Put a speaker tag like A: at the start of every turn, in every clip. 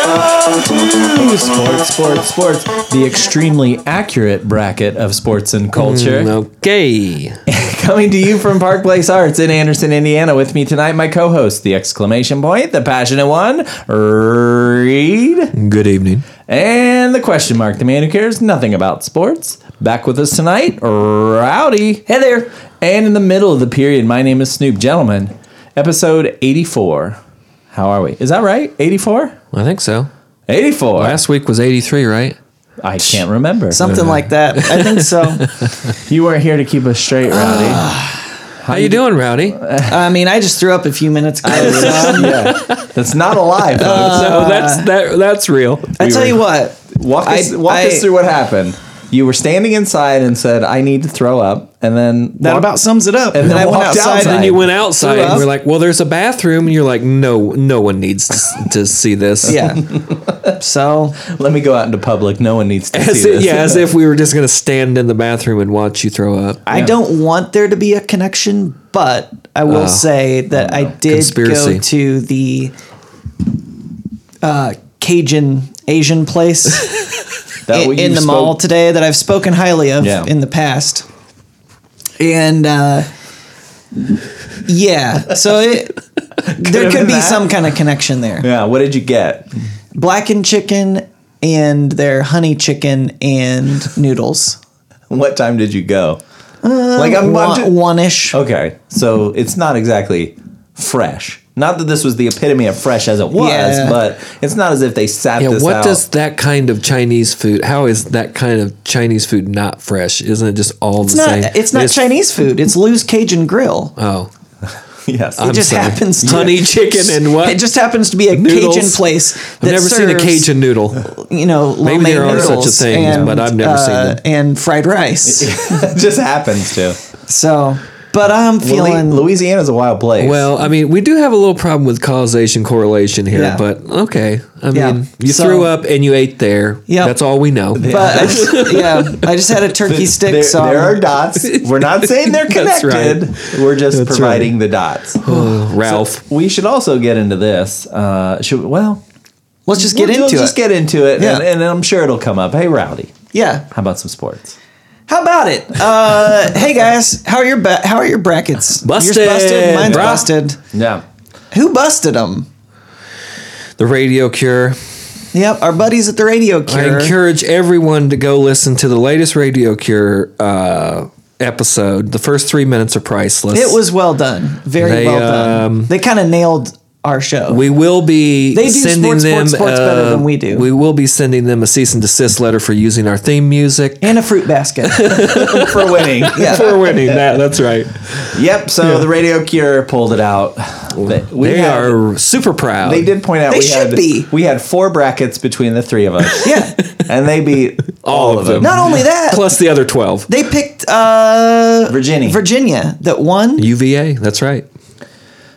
A: Ooh, sports, sports, sports. The extremely accurate bracket of sports and culture.
B: Mm. Okay.
A: Coming to you from Park Place Arts in Anderson, Indiana. With me tonight, my co host, the exclamation point, the passionate one, Reed,
B: Good evening.
A: and the question mark, the man who cares nothing about sports. Back with us tonight, Rowdy. Hey there. And in the middle of the period, my name is Snoop. Gentlemen, episode 84. How are we? Is that right? 84?
B: I think so.
A: 84.
B: Last week was 83, right?
A: I can't remember.
C: Something like that. I think so.
A: You weren't here to keep us straight,
C: Ah.
A: Rowdy.
B: How you doing, Rowdy?
C: I mean, I just threw up a few minutes ago. so-
A: yeah, that's not alive. Though.
C: Uh,
B: so that's that. That's real.
C: I tell you what.
A: walk us,
C: I-
A: walk
C: I-
A: us through what happened. You were standing inside and said, "I need to throw up," and then
C: That
A: walk-
C: about sums it up. And,
A: then
C: then I went
A: walked
C: outside.
A: outside.
C: And
B: You went outside
C: Threw
B: and
C: up.
B: we're like, well, there's a bathroom. And you're like, no, no one needs to, s- to see this.
C: yeah. So
A: Let me go out into public. No one needs to
B: As
A: see
B: if,
A: this.
B: yeah, as if we were just going to stand in the bathroom and watch you throw up.
C: I don't want there to be a connection, but I
A: Oh.
C: will say that I did
B: Conspiracy.
C: go to the uh, Cajun Asian place
A: That
C: in,
A: what you
C: in the
A: spoke-
C: mall today that I've spoken highly of
A: Yeah.
C: in the past. And uh, yeah, so it, there
A: have been
C: could be
A: that.
C: some kind of connection there.
A: Yeah, what did you get?
C: Blackened chicken and their honey chicken and noodles.
A: What time did you go?
C: Uh,
A: like I'm, I'm ju-
C: One, one-ish.
A: okay, so it's not exactly fresh. Not that this was the epitome of fresh as it was,
C: Yeah.
A: but it's not as if they sat
B: Yeah,
A: this
B: what
A: out.
B: does that kind of Chinese food? How is that kind of Chinese food not fresh? Isn't it just all
C: It's
B: the
C: not.
B: same?
C: It's not
B: It is-
C: Chinese food. It's Lou's Cajun Grill.
B: Oh,
A: yes,
C: It just
B: sorry.
C: happens. To,
B: Honey chicken and what?
C: It just happens to be a
B: Noodles.
C: Cajun place.
B: I've
C: that
B: never seen a
C: serves,
B: Cajun noodle.
C: You know, lo
B: Maybe
C: mein
B: there are such a
C: noodles
B: thing,
C: and, uh,
B: but I've never seen them.
C: And fried rice.
A: It just happens to.
C: so, but I'm feeling.
A: Louis- Louisiana's a wild place.
B: Well, I mean, we do have a little problem with causation correlation here,
C: Yeah.
B: but okay. I mean,
C: Yeah.
B: you
C: So-
B: threw up and you ate there.
C: Yep.
B: That's all we know.
C: But I just, yeah, I just had a turkey stick.
A: there,
C: so
A: there
C: I'm-
A: are dots. We're not saying they're
B: That's right.
A: connected. We're just
B: That's
A: providing the dots.
C: Oh,
B: Ralph.
A: we should also get into this. Uh, should well
C: let's just get
A: we'll,
C: into
A: we'll
C: it.
A: Just get into it, and,
C: Yeah.
A: and I'm sure it'll come up. Hey, Rowdy,
C: yeah,
A: how about some sports?
C: How about it? Uh, hey guys, how are your ba- how are your brackets?
B: Busted,
C: Yours busted. Mine's
B: bruh.
C: busted.
A: Yeah,
C: Who busted them?
B: The Radio Cure.
C: Yep, our buddies at the Radio Cure.
B: I encourage everyone to go listen to the latest Radio Cure uh, episode. The first three minutes are priceless.
C: It was well done, very
B: They, um,
C: well done. they kind of nailed our show.
B: We will be
C: They do
B: sending
C: sports,
B: them
C: sports, sports better than we do.
B: We will be sending them a cease and desist letter for using our theme music.
C: and a fruit basket.
A: for winning.
C: Yeah.
B: for winning that. That's right.
A: Yep. So the Radio Cure pulled it out. They, we
B: they
A: had-
B: are super proud.
A: They did point out
C: They
A: we
C: should
A: had
C: be.
A: we had four brackets between the three of us,
C: yeah.
A: and they beat all, of them.
C: Not only that,
B: Plus the other 12.
C: they picked uh,
A: Virginia.
C: Virginia that won.
B: UVA. That's right.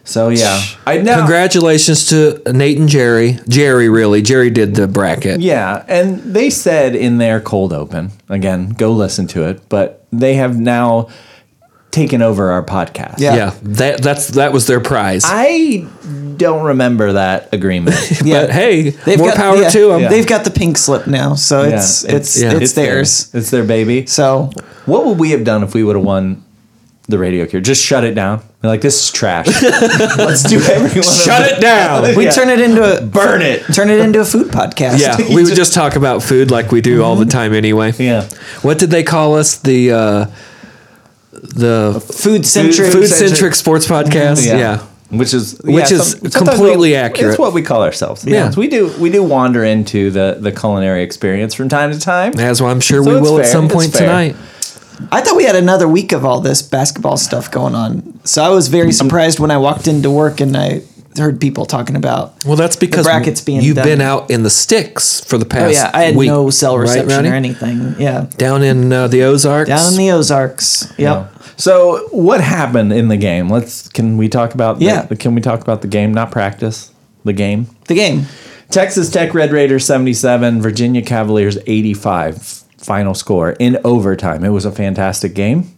A: So yeah, I know.
B: Congratulations to Nate and Jerry. Jerry, really. Jerry did the bracket.
A: Yeah, and they said in their cold open again, go listen to it, but they have now taken over our podcast.
C: Yeah.
B: Yeah, that that's that was their prize.
A: I don't remember that agreement.
B: But hey, more
C: got-
B: power
C: yeah,
B: to them.
A: Yeah.
C: They've got the pink slip now, so it's
A: it's-
C: it's it's,
B: yeah.
C: theirs.
B: It's
A: It's their baby.
C: So
A: What would we have done if we would have won the radio cure? Just shut it down. We're like, this is trash. Let's do everyone.
B: Shut it down.
C: we
A: Yeah.
C: turn it into a
A: Burn it.
C: turn it into a food podcast.
B: Yeah, we would just talk about food like we do
C: Mm-hmm.
B: all the time anyway.
A: Yeah.
B: What did they call us? The uh the
C: food centric. Mm-hmm.
B: food centric sports podcast. Yeah.
A: Which is
B: Which is
A: sometimes
B: completely
A: we'll-
B: accurate.
A: It's what we call ourselves.
B: Yeah.
A: Yes, we do. We do wander into the the culinary experience from time to time.
B: As well, I'm sure
A: So
B: we
A: it's
B: will at
A: fair,
B: some
A: it's
B: point
A: fair.
B: tonight.
C: I thought we had another week of all this basketball stuff going on. So I was
B: Um,
C: very surprised when I walked into work and I heard people talking about.
B: Well, that's because
C: brackets being
B: you've
C: done.
B: been out in the sticks for the past
C: Oh yeah, I had
B: week,
C: no cell
B: right,
C: reception
B: Rowdy?
C: or anything. Yeah,
B: Down in uh, the Ozarks.
C: down in the Ozarks. Yep.
A: So what happened in the game? Let's can we talk about the-
C: Yeah.
A: can we talk about the game? Not practice the game.
C: The game.
A: Texas Tech Red Raiders seventy seven, Virginia Cavaliers eighty five. Final score in overtime. It was a fantastic game.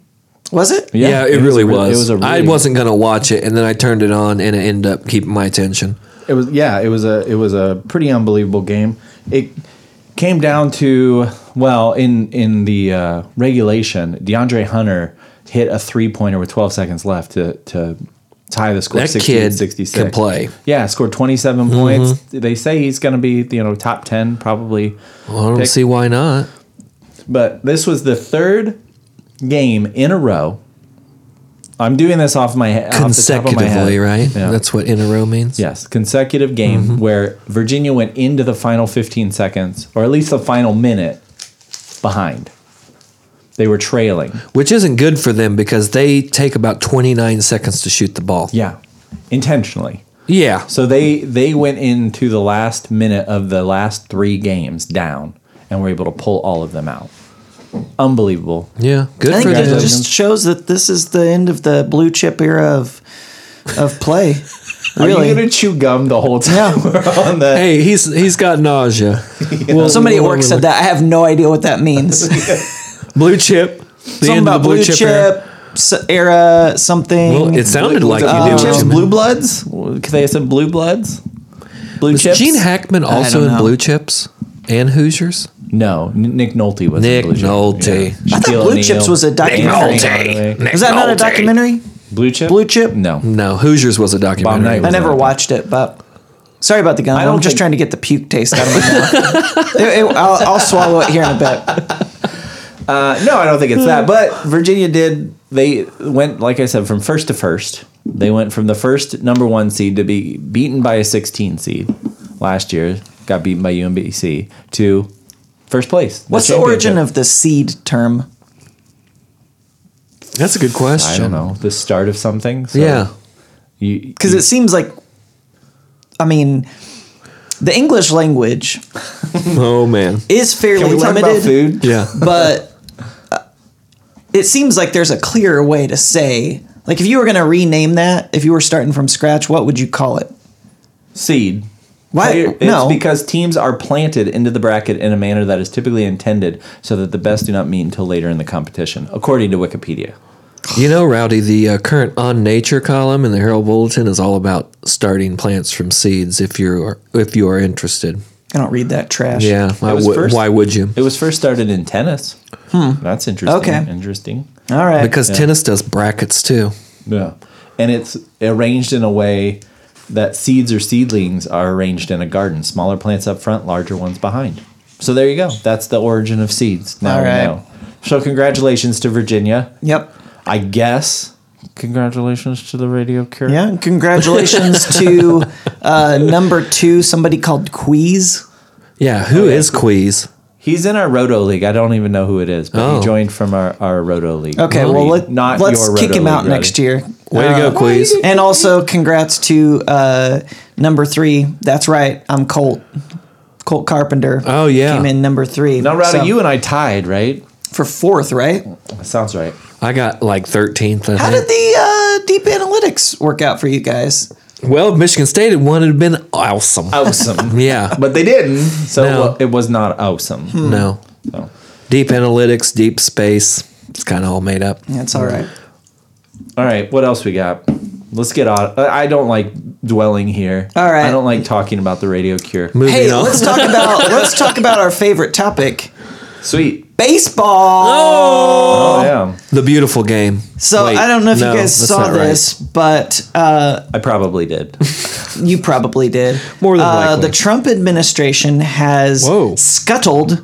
C: Was it?
B: Yeah, it, really
A: a re-
B: was.
A: It was a
B: I
A: really-
B: wasn't gonna watch it, and then I turned it on, and it ended up keeping my attention.
A: It was yeah, it was a it was a pretty unbelievable game. It came down to well, in in the uh, regulation, DeAndre Hunter hit a three pointer with 12 seconds left to to tie the score.
B: That
A: 60
B: kid
A: 66.
B: can play. Mm-hmm.
A: Yeah, scored 27 points. They say he's going to be you know top 10 probably.
B: Well, I don't
A: Pick.
B: see why not.
A: But this was the third game in a row. I'm doing this off my he- off the top of my head.
B: Consecutively, right?
A: Yeah.
B: That's what in a row means.
A: Yes, consecutive game where Virginia went into the final 15 seconds, or at least the final minute, behind. They were trailing.
B: Which isn't good for them because they take about 29 seconds to shoot the ball.
A: Yeah, intentionally.
B: Yeah.
A: So they they went into the last minute of the last three games down, and were able to pull all of them out. Unbelievable.
B: Yeah. Good
C: I
B: for
C: think
B: them.
C: it just shows that this is the end of the blue chip era of of play.
A: Are you
C: really,
A: gonna chew gum the whole time we're on the?
B: hey, he's he's got nausea.
C: well, somebody at
B: we'll
C: work said
B: overlook-
C: that. I have no idea what that means.
B: Blue chip. The
C: Something
B: end
C: about
B: of the blue, chip. era.
C: s- era, something.
B: Well, it sounded like
A: Blue
B: you knew
A: chips,
B: what you meant.
A: blue bloods. Could they have said blue bloods? Blue
B: Was
A: chips.
B: Gene Hackman also
C: don't
B: in
C: know.
B: Blue Chips and Hoosiers?
A: No, N- Nick Nolte was
B: Nick
A: in Blue Chips.
B: Nolte.
C: I thought
A: Shaquille
C: Blue
A: O'Neal.
C: Chips was a documentary. Is that not a documentary?
A: Blue Chip.
C: Blue Chip?
A: No.
B: No, Hoosiers was a documentary.
A: Knight
C: I
A: was-
C: never watched it, but sorry about the gum.
A: I don't
C: I'm just
A: think-
C: trying to get the puke taste out of my mouth. It- it- I'll, I'll swallow it here in a bit.
A: Uh, no, I don't think it's that. But Virginia did. They went, like I said, from first to first. They went from the first number one seed to be beaten by a 16 seed last year. Got beaten by UMBC to first place.
C: What's the origin of the seed term?
B: That's a
A: championship.
B: good question.
A: I don't know the start of something. So
B: Yeah.
A: you-
C: Because
A: you-
C: it seems like, I mean, the English language
B: Oh man.
C: is fairly
A: can we talk
C: limited.
A: about food?
B: Yeah.
C: but uh, it seems like there's a clearer way to say like if you were going to rename that if you were starting from scratch what would you call it
A: seed.
C: Why-
A: Player- It's
C: no.
A: because teams are planted into the bracket in a manner that is typically intended so that the best do not meet until later in the competition, according to Wikipedia.
B: You know, Rowdy, the uh, current on nature column in the Herald Bulletin is all about starting plants from seeds. If you're if you are interested,
C: i don't read that trash
B: yeah. Why,
A: was
B: would-
A: first-
B: why would you?
A: It was first started in tennis. Hmm. That's interesting.
C: Okay.
A: Interesting.
C: all right
B: Because tennis does brackets too.
A: Yeah. And it's arranged in a way that seeds or seedlings are arranged in a garden. Smaller plants up front, larger ones behind. So there you go. That's the origin of seeds. Now
C: All
A: we
C: right.
A: know. So congratulations to Virginia.
C: yep
A: I guess. Congratulations to the Radio Cure.
C: yeah and congratulations to uh, number two somebody called queez
B: Yeah. Who is Queez?
A: He's in our Roto League. I don't even know who it is, but
B: Oh.
A: he joined from our, our Roto League.
C: okay well let,
A: Not
C: let's
A: your
C: kick
A: Roto
C: him
A: League,
C: out next
A: Rowdy.
C: year Uh,
B: Way to go, Queez.
C: and also congrats to uh, number three that's right i'm colt colt carpenter
B: Oh, yeah.
C: came in number three
A: Now, Rowdy,
C: So-
A: you and I tied, right?
C: for fourth right
A: Sounds right.
B: I got like thirteenth. I
C: How
B: think.
C: did the uh, deep analytics work out for you guys?
B: well, if Michigan State had won. It'd have been awesome.
A: Um, Awesome.
B: Yeah.
A: But they didn't. So
B: No.
A: well, it was not awesome.
B: no.
A: So.
B: Deep analytics, deep space. It's kind of all made up.
C: That's all right.
A: All right, what else we got? Let's get on. I I don't like dwelling here.
C: All right.
A: I don't like talking about the radio cure.
B: Moving
C: Hey,
B: on.
C: let's talk about let's talk about our favorite topic,
A: Sweet.
C: baseball.
A: Oh, yeah.
B: The beautiful game.
C: So
B: Wait,
C: I don't know if
B: no,
C: you guys
B: that's
C: saw
B: not right.
C: this, but uh,
A: I probably did.
C: you probably did.
B: More than
C: uh,
B: likely.
C: the Trump administration has
B: Whoa.
C: scuttled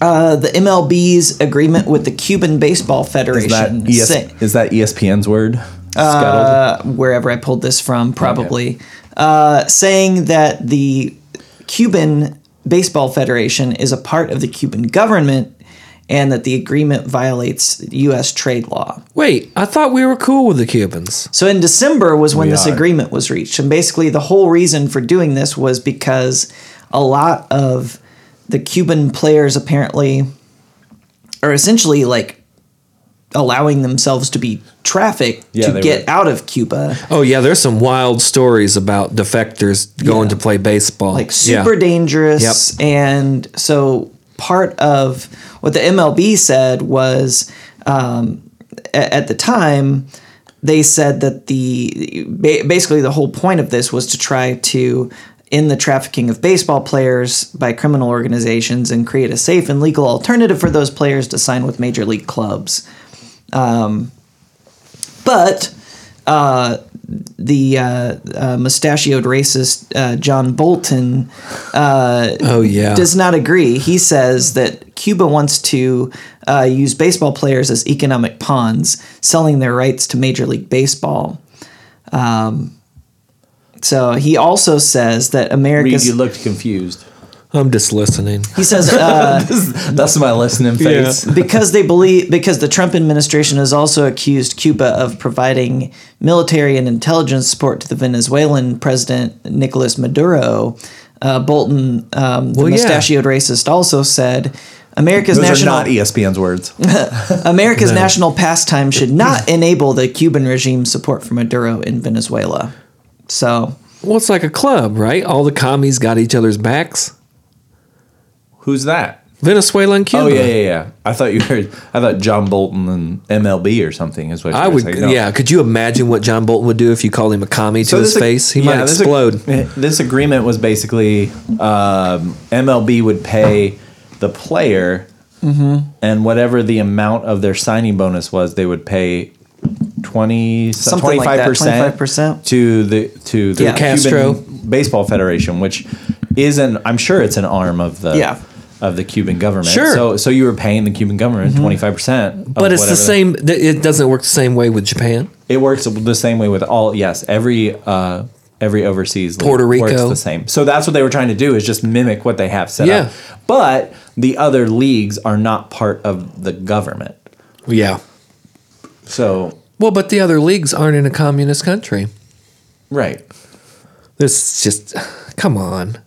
C: uh, the MLB's agreement with the Cuban Baseball
A: Is that,
C: Federation.
B: E
A: ES-
C: Say-
A: is that E ESPN's word?
C: uh, wherever I pulled this from, probably, uh, saying that the Cuban Baseball Federation is a part of the Cuban government and that the agreement violates U.S. trade law.
B: Wait, I thought we were cool with the Cubans.
C: So in December was when
A: We
C: this
A: are.
C: agreement was reached. And basically, the whole reason for doing this was because a lot of the Cuban players apparently are essentially like allowing themselves to be trafficked
A: Yeah,
C: to
A: they
C: get
A: were-
C: out of Cuba.
B: Oh yeah, there's some wild stories about defectors going to play baseball.
C: like super
B: Yeah.
C: dangerous. And so part of what the MLB said was um, a- at the time they said that the ba- basically the whole point of this was to try to end the trafficking of baseball players by criminal organizations and create a safe and legal alternative for those players to sign with major league clubs. Um, but the uh, uh, mustachioed racist uh, John Bolton
B: Oh yeah.
C: does not agree. He says that Cuba wants to uh, use baseball players as economic pawns, selling their rights to Major League Baseball. Um, so he also says that
A: Reed,
C: America's.
A: you looked confused.
B: I'm just listening.
C: he says uh,
A: That's my listening face.
C: because they believe because the Trump administration has also accused Cuba of providing military and intelligence support to the Venezuelan president Nicolas Maduro. Uh, Bolton, um, the
B: Well, yeah.
C: mustachioed racist, also said America's
A: Those
C: national
A: are not E ESPN's words.
C: America's national pastime should not enable the Cuban regime support for Maduro in Venezuela. So
B: Well, it's like a club, right? All the commies got each other's backs.
A: Who's that?
B: Venezuela and Cuba.
A: Oh yeah, yeah, yeah. I thought you heard. I thought John Bolton and MLB or something is what you
B: I
A: were
B: would,
A: saying. No.
B: yeah. Could you imagine what John Bolton would do if you called him a commie to his
A: this ag-
B: face? He
A: yeah,
B: might
A: this ag- eh,
B: explode.
A: This agreement was basically um, MLB would pay the player,
C: Mm-hmm.
A: and whatever the amount of their signing bonus was, they would pay. 20
C: Something like
A: 25
C: that,
A: percent
C: 25%.
A: to the to the
C: Yeah.
B: Castro.
A: Cuban Baseball Federation, which is an I'm sure it's an arm of the
C: Yeah.
A: of the Cuban government.
B: Sure.
A: So so you were paying the Cuban government
C: Mm-hmm.
A: 25 percent.
C: Oh,
B: but it's the same. th- It doesn't work the same way with Japan.
A: It works the same way with all. Yes, every uh, every overseas
B: Puerto
A: league
B: Rico.
A: works the same. So that's what they were trying to do is just mimic what they have set
B: Yeah.
A: up. But the other leagues are not part of the government.
B: Yeah.
A: So
B: Well, but the other leagues aren't in a communist country.
A: right,
B: This is just, come on.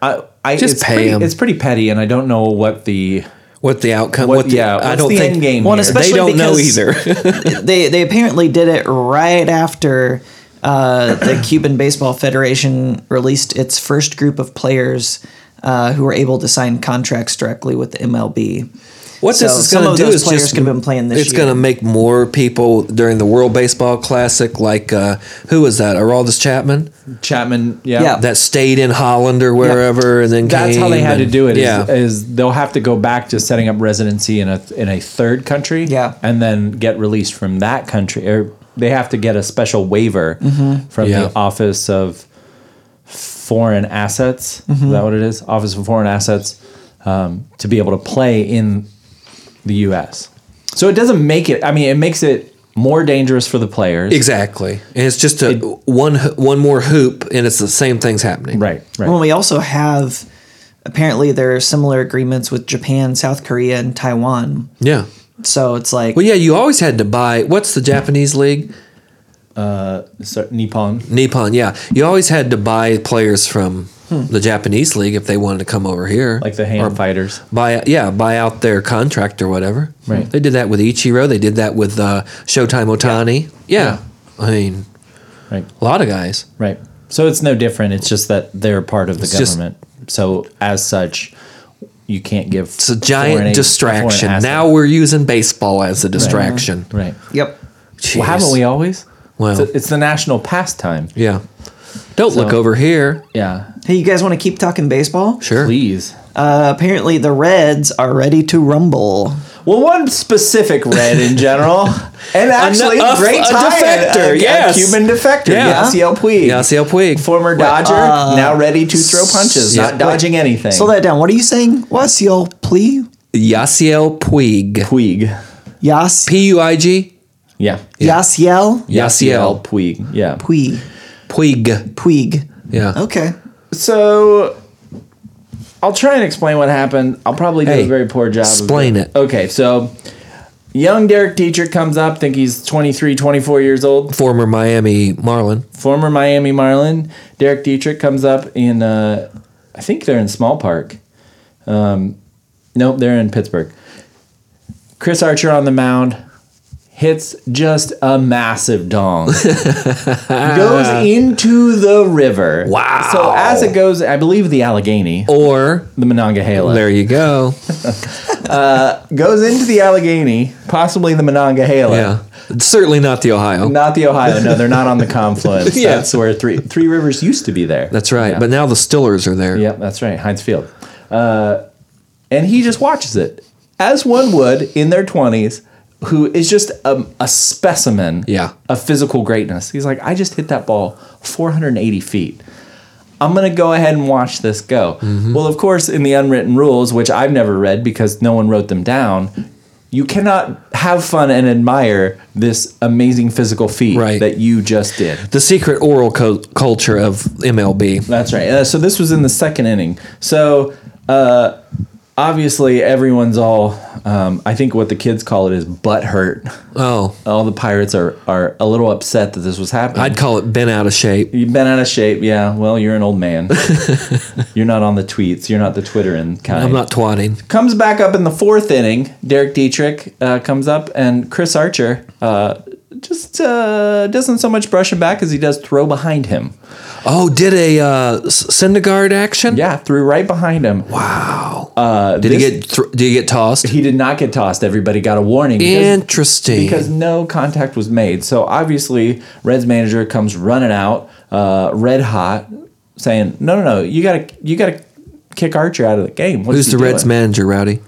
A: I, I
B: Just
A: it's
B: pay
A: pretty,
B: 'em.
A: It's pretty petty, and I don't know what the
B: What the outcome?
A: what,
B: What, the,
A: yeah.
B: I
A: what's
B: don't
A: the
B: think
A: end game
C: Well,
A: here?
C: especially-
B: they don't know either.
C: because- they they apparently did it right after uh, the Cuban Baseball Federation released its first group of players uh, who were able to sign contracts directly with the MLB.
B: What this
C: So
B: is
C: some
B: going
C: of
B: to do
C: those
B: is
C: players
B: just
C: could've been playing this
B: It's
C: year.
B: going to make more people during the World Baseball Classic, like uh, who was that? Araldus Chapman
A: Chapman. Yeah,
C: Yeah.
B: that stayed in Holland or wherever, and then
A: that's how they
B: came
A: had to
B: and-
A: do it. Is,
B: Yeah,
A: is they'll have to go back to setting up residency in a in a third country,
C: Yeah.
A: and then get released from that country, or they have to get a special waiver from
B: Yeah.
A: the Office of Foreign Assets. Is that what it is? Office of Foreign Assets um, to be able to play in the U.S. So it doesn't make it. I mean, it makes it more dangerous for the players.
B: exactly. And it's just a one ho- one more hoop, and it's the same things happening.
A: Right. Right.
C: Well, we also have apparently there are similar agreements with Japan, South Korea, and Taiwan.
B: Yeah.
C: So it's like
B: Well, yeah. You always had to buy. What's the Japanese league?
A: So, Nippon.
B: Nippon. Yeah. You always had to buy players from the Japanese league if they wanted to come over here,
A: Like the hand
B: Or
A: fighters.
B: buy yeah buy out their contract or whatever.
A: Right.
B: They did that with Ichiro. They did that with uh, Showtime Otani. Yeah. I mean,
A: Right.
B: a lot of guys.
A: Right. So it's no different. It's just that they're part of the
B: just-
A: government. so as such, you can't give.
B: It's a giant distraction. Now
A: Right.
B: we're using baseball as a distraction.
A: Right.
C: yep.
A: Well, haven't we always?
B: Well.
A: it's, it's the national pastime.
B: Yeah. Don't look
A: So-
B: over here.
A: Yeah.
C: Hey, you guys want to keep talking baseball?
B: Sure.
A: Please.
C: Uh, apparently, the Reds are ready to rumble.
A: Well, one specific red in general, and actually,
B: a-
A: great
B: a
A: tie-in,
B: defector,
A: a- a
B: yes.
A: Cuban defector,
B: Yeah.
A: Yasiel Puig,
B: Yasiel Puig. Uh,
A: former Dodger, now ready to throw punches,
B: yeah.
A: not dodging anything.
C: Slow that down. What are you saying? What's your plea?
B: Yasiel Puig.
A: Puig,
C: Yas
B: P U I G.
A: yeah,
C: Yasiel
B: Yasiel
A: Puig, yeah.
C: Puig
B: Puig.
C: Puig.
B: Yeah.
C: Okay.
A: So I'll try and explain what happened. I'll probably do
B: Hey,
A: a very poor job. of
B: explain it.
A: Okay, so young Derek Teacher comes up, think he's 23, 24 years old.
B: Former Miami Marlin.
A: Former Miami Marlin. Derek Dietrich comes up in, uh, I think they're in Small Park. Um, nope, they're in Pittsburgh. Chris Archer on the mound hits just a massive dong. goes into the river.
B: Wow.
A: So as it goes, I believe the Allegheny,
B: Or
A: the Monongahela.
B: there you go.
A: goes into the Allegheny, possibly the Monongahela.
B: Yeah. Certainly not the Ohio.
A: Not the Ohio. No, they're not on the confluence.
B: Yeah.
A: That's where three Three Rivers used to be there.
B: That's right.
A: Yeah.
B: But now the Stillers are there.
A: Yep, that's right, Heinz Field. Uh, and he just watches it, as one would in their 20s, who is just a, a specimen
B: Yeah.
A: of physical greatness. He's like, I just hit that ball 480 feet. I'm going to go ahead and watch this go.
B: Mm-hmm.
A: Well, of course, in the unwritten rules, which I've never read because no one wrote them down, you cannot have fun and admire this amazing physical feat
B: Right.
A: that you just did.
B: The secret oral co- culture of MLB.
A: That's right. Uh, so this was in the second inning. So uh, obviously everyone's all. Um, I think what the kids call it is butt hurt.
B: Oh,
A: All the pirates are are a little upset that this was happening.
B: I'd call it been out of shape.
A: You've been out of shape, yeah. Well, you're an old man. you're not on the tweets. You're not the Twittering kind.
B: I'm not twatting.
A: Comes back up in the fourth inning. Derek Dietrich uh, comes up, and Chris Archer uh, just uh, doesn't so much brush him back as he does throw behind him.
B: Oh, did a uh, S- Syndergaard action?
A: Yeah, threw right behind him. Uh, Wow.
B: Did he get thr did he get tossed?
A: he did not get tossed. Everybody got a warning because,
B: Interesting.
A: because no contact was made. So obviously, Red's manager comes running out, uh, red hot, saying, "No, no, no! You gotta, you gotta kick Archer out of the game." What's
B: Who's
A: he
B: the Reds
A: doing?"
B: manager, Rowdy?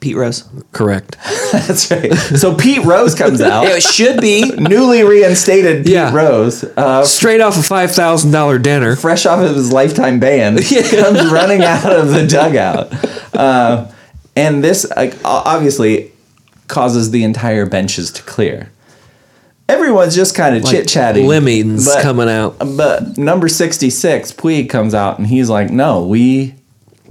C: Pete Rose.
B: Correct.
A: That's right. So Pete Rose comes out,
C: It should be.
A: newly reinstated Pete
B: Yeah.
A: Rose, uh,
B: Straight off a five thousand dollar dinner.
A: fresh off of his lifetime ban, comes running out of the dugout. Uh, and this like, o- obviously causes the entire benches to clear. Everyone's just kind of chit chatting.
B: Lemmings coming out.
A: But number 66, Puig comes out and he's like, no, we.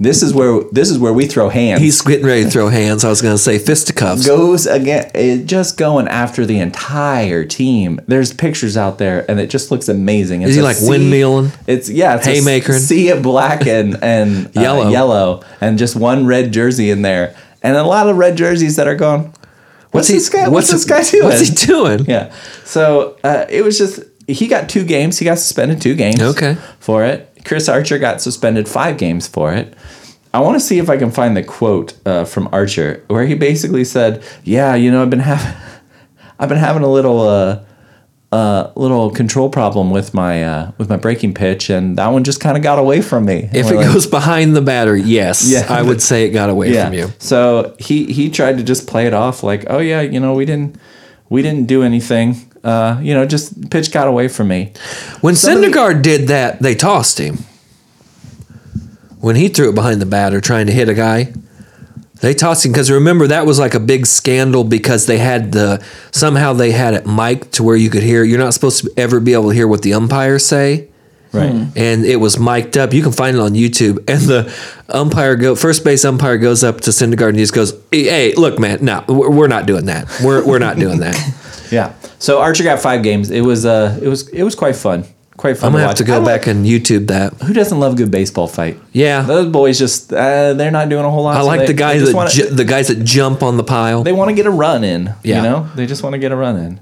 A: This is where this is where we throw hands.
B: He's getting ready to throw hands. I was going to say fisticuffs.
A: goes again it just going after the entire team there's pictures out there and it just looks amazing it's
B: he
A: a
B: like windmilling?
A: it's yeah it's a
B: Haymakering?
A: sea of black and and uh,
B: Yellow.
A: yellow and just one red jersey in there and a lot of red jerseys that are going what's,
B: he-
A: this guy what's, this guy doing
B: What's he doing?
A: yeah so uh, it was just he got two games he got suspended two games
B: Okay.
A: for it chris archer got suspended five games for it i want to see if i can find the quote uh, from archer where he basically said yeah you know i've been having i've been having a little uh, uh, little control problem with my uh, with my breaking pitch, and that one just kind of got away from me. And
B: If
A: we're
B: it
A: like,
B: goes behind the batter, yes,
A: Yeah.
B: I would say it got away from you.
A: So he he tried to just play it off like, oh yeah, you know we didn't we didn't do anything. Uh, you know, just pitch got away from me.
B: When Syndergaard did that, they tossed him. When he threw it behind the batter trying to hit a guy, they tossed him because remember that was like a big scandal because they had the somehow they had it mic'd to where you could hear. You're not supposed to ever be able to hear what the umpires say.
A: Right.
B: and it was mic'd up. You can find it on YouTube. And the umpire go first base umpire goes up to Syndergaard and he just goes, "Hey, "Hey, look, man, no, we're we're not doing that. We're we're not doing that."
A: Yeah. So Archer got five games. It was uh it was it was quite fun. Quite fun.
B: I'm gonna
A: to
B: have to
A: watch. I
B: go
A: like-
B: back and YouTube that.
A: Who doesn't love a good baseball fight?
B: Yeah.
A: Those boys just uh, they're not doing a whole lot.
B: I
A: so
B: like
A: they-
B: the
A: they
B: guys
A: just
B: that
A: wanna-
B: ju- the guys that jump on the pile.
A: they want to get a run in.
B: Yeah.
A: You know, they just want to get a run in.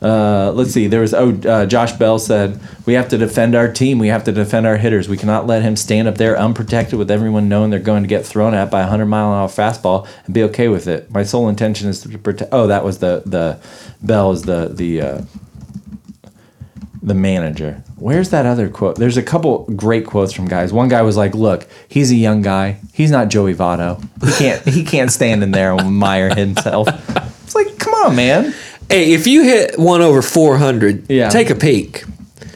A: Uh, let's see. There was oh, uh, Josh Bell said we have to defend our team. We have to defend our hitters. We cannot let him stand up there unprotected with everyone knowing they're going to get thrown at by a hundred mile an hour fastball and be okay with it. My sole intention is to protect. Oh, that was the the Bell is the the uh, the manager. Where's that other quote? There's a couple great quotes from guys. One guy was like, "Look, he's a young guy. He's not Joey Votto. He can't he can't stand in there and mire himself." It's like, come on, man.
B: hey, if you hit one over 400,
A: Yeah.
B: take a peek.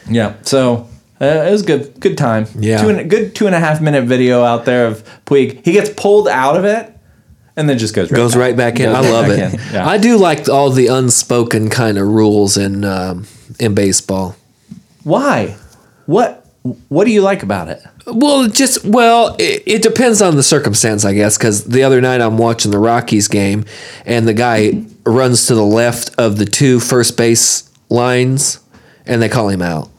A: Yeah. So uh, it was good good time.
B: Yeah.
A: Two and, good two and a half minute video out there of Puig. He gets pulled out of it, and then just goes right
B: Goes right back in.
A: Goes
B: I
A: right
B: love
A: back
B: it.
A: in. Yeah.
B: I do like all the unspoken kind of rules in um, in baseball.
A: Why? What? What do you like about it?
B: Well, it just well, it, it depends on the circumstance, I guess. Because the other night I'm watching the Rockies game, and the guy runs to the left of the two first base lines, and they call him out.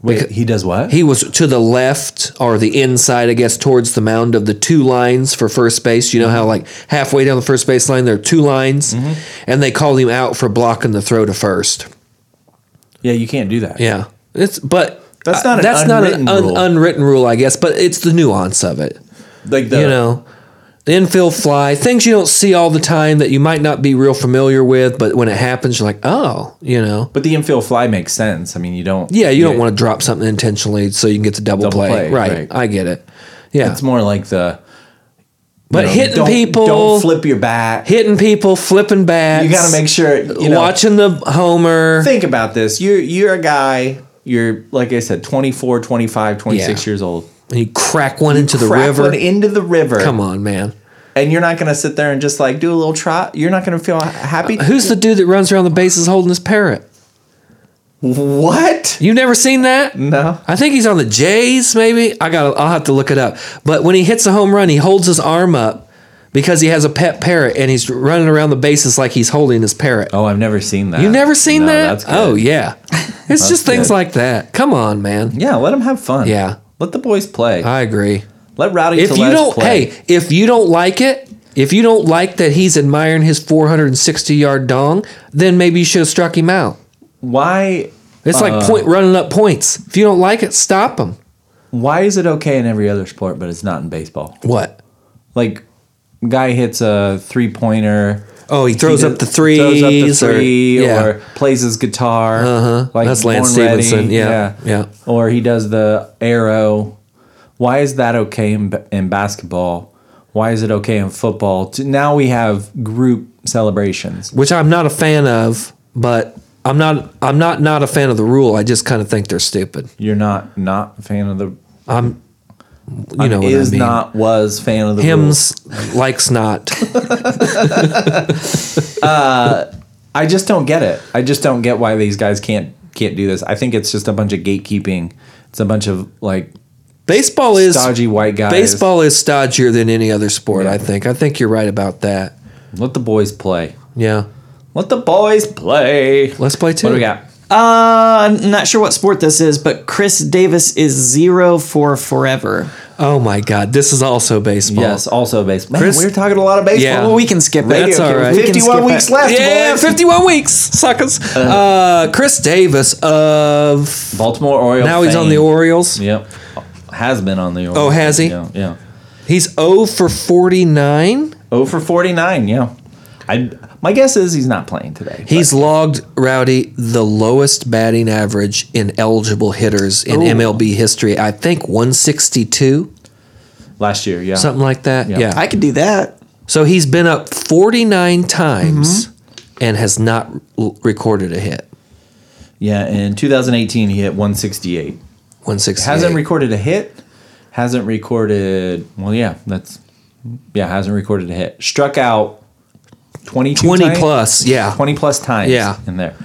A: Wait,
B: Because-
A: he does what?
B: He was to the left or the inside, I guess, towards the mound of the two lines for first base. You know how like halfway down the first base line there are two lines,
A: Mm-hmm.
B: and they called him out for blocking the throw to first.
A: yeah, you can't do that.
B: Yeah, it's but.
A: That's
B: uh,
A: not an
B: that's not an
A: unwritten
B: un-
A: rule.
B: unwritten rule, I guess, but it's the nuance of it.
A: Like the
B: you know, infield fly, things you don't see all the time that you might not be real familiar with, but when it happens, you're like, oh, you know.
A: But the infield fly makes sense. I mean, you don't.
B: Yeah, you don't want to drop something intentionally so you can get the double,
A: Double
B: play.
A: play,
B: Right.
A: right.
B: I get it. Yeah.
A: It's more like the.
B: but
A: you know,
B: hitting
A: don't-
B: people,
A: Don't flip your bat.
B: hitting people, flipping bats.
A: You got to make sure. You know,
B: watching the homer.
A: think about this. You're you're a guy. You're like I said, 24, 25, 26
B: Yeah.
A: years old.
B: and you crack one into the
A: Crack
B: river.
A: one into the river.
B: Come on, man.
A: and you're not going to sit there and just like do a little trot. You're not going to feel happy.
B: Who's the dude that runs around the bases holding his parrot?
A: what?
B: You've never seen that?
A: No.
B: I think he's on the Jays, maybe. I got. to I'll have to look it up. But when he hits a home run, he holds his arm up because he has a pet parrot, and he's running around the bases like he's holding his parrot.
A: Oh, I've never seen that.
B: you never seen
A: No,
B: that?
A: That's good.
B: Oh yeah, it's just things
A: good.
B: like that. Come on, man.
A: yeah. Let them have fun.
B: Yeah.
A: Let the boys play.
B: I agree.
A: let Rowdy.
B: If you
A: Tellez
B: don't,
A: play.
B: hey, if you don't like it, if you don't like that he's admiring his 460 yard dong, then maybe you should have struck him out.
A: why
B: It's like point running up points. If you don't like it, stop him.
A: why is it okay in every other sport but it's not in baseball?
B: What?
A: Like, guy hits a three pointer.
B: Oh, he throws up the threes.
A: throws up the
B: or-
A: three, or,
B: yeah.
A: plays his guitar. Uh-huh.
B: That's Lance Stevenson, yeah, yeah.
A: Or he does the arrow. Why is that okay in, b- in basketball? Why is it okay in football? To- Now we have group celebrations.
B: which I'm not a fan of, but I'm not I'm not not a fan of the rule. I just kind of think they're stupid.
A: You're not not a fan of the.
B: You know what
A: is
B: I mean?
A: not was fan of the rules.
B: Hims likes not.
A: I just don't get it. I just don't get why these guys can't can't do this. I think it's just a bunch of gatekeeping. It's a bunch of like
B: Baseball is
A: dodgy white guys.
B: baseball is stodgier than any other sport. I think. I think you're right about that.
A: Let the boys play.
B: Yeah,
A: Let the boys play.
B: let's play two.
A: What do we got?
C: Uh, I'm not sure what sport this is, but Chris Davis is zero for forever.
B: Oh my God, this is also baseball.
A: Yes, also baseball. Man,
B: Chris-
A: we're talking a lot of baseball.
B: Yeah.
C: Well, we can skip it.
B: That's all
C: We
B: right.
C: can
A: 51
C: skip it.
A: weeks left,
B: Yeah,
A: boys.
B: 51 weeks, suckers. Uh, Chris Davis of
A: Baltimore Orioles.
B: now he's on
A: fame.
B: the Orioles.
A: Yep. Has been on the Orioles.
B: Oh, has he?
A: Yeah. yeah.
B: He's 0 for 49.
A: Oh for 49, yeah. I my guess is he's not playing today.
B: He's logged Rowdy the lowest batting average in eligible hitters in MLB history. I think 162,
A: last year, yeah.
B: something like that. Yeah.
C: I could do that.
B: so he's been up 49 times
A: Mm-hmm.
B: and has not l- recorded a hit.
A: Yeah, in 2018 he hit 168.
B: 168.
A: Hasn't recorded a hit. Hasn't recorded. Well, yeah, that's yeah. Hasn't recorded a hit. Struck out 20
B: 20 plus, yeah.
A: 20 plus times.
B: Yeah.
A: in there.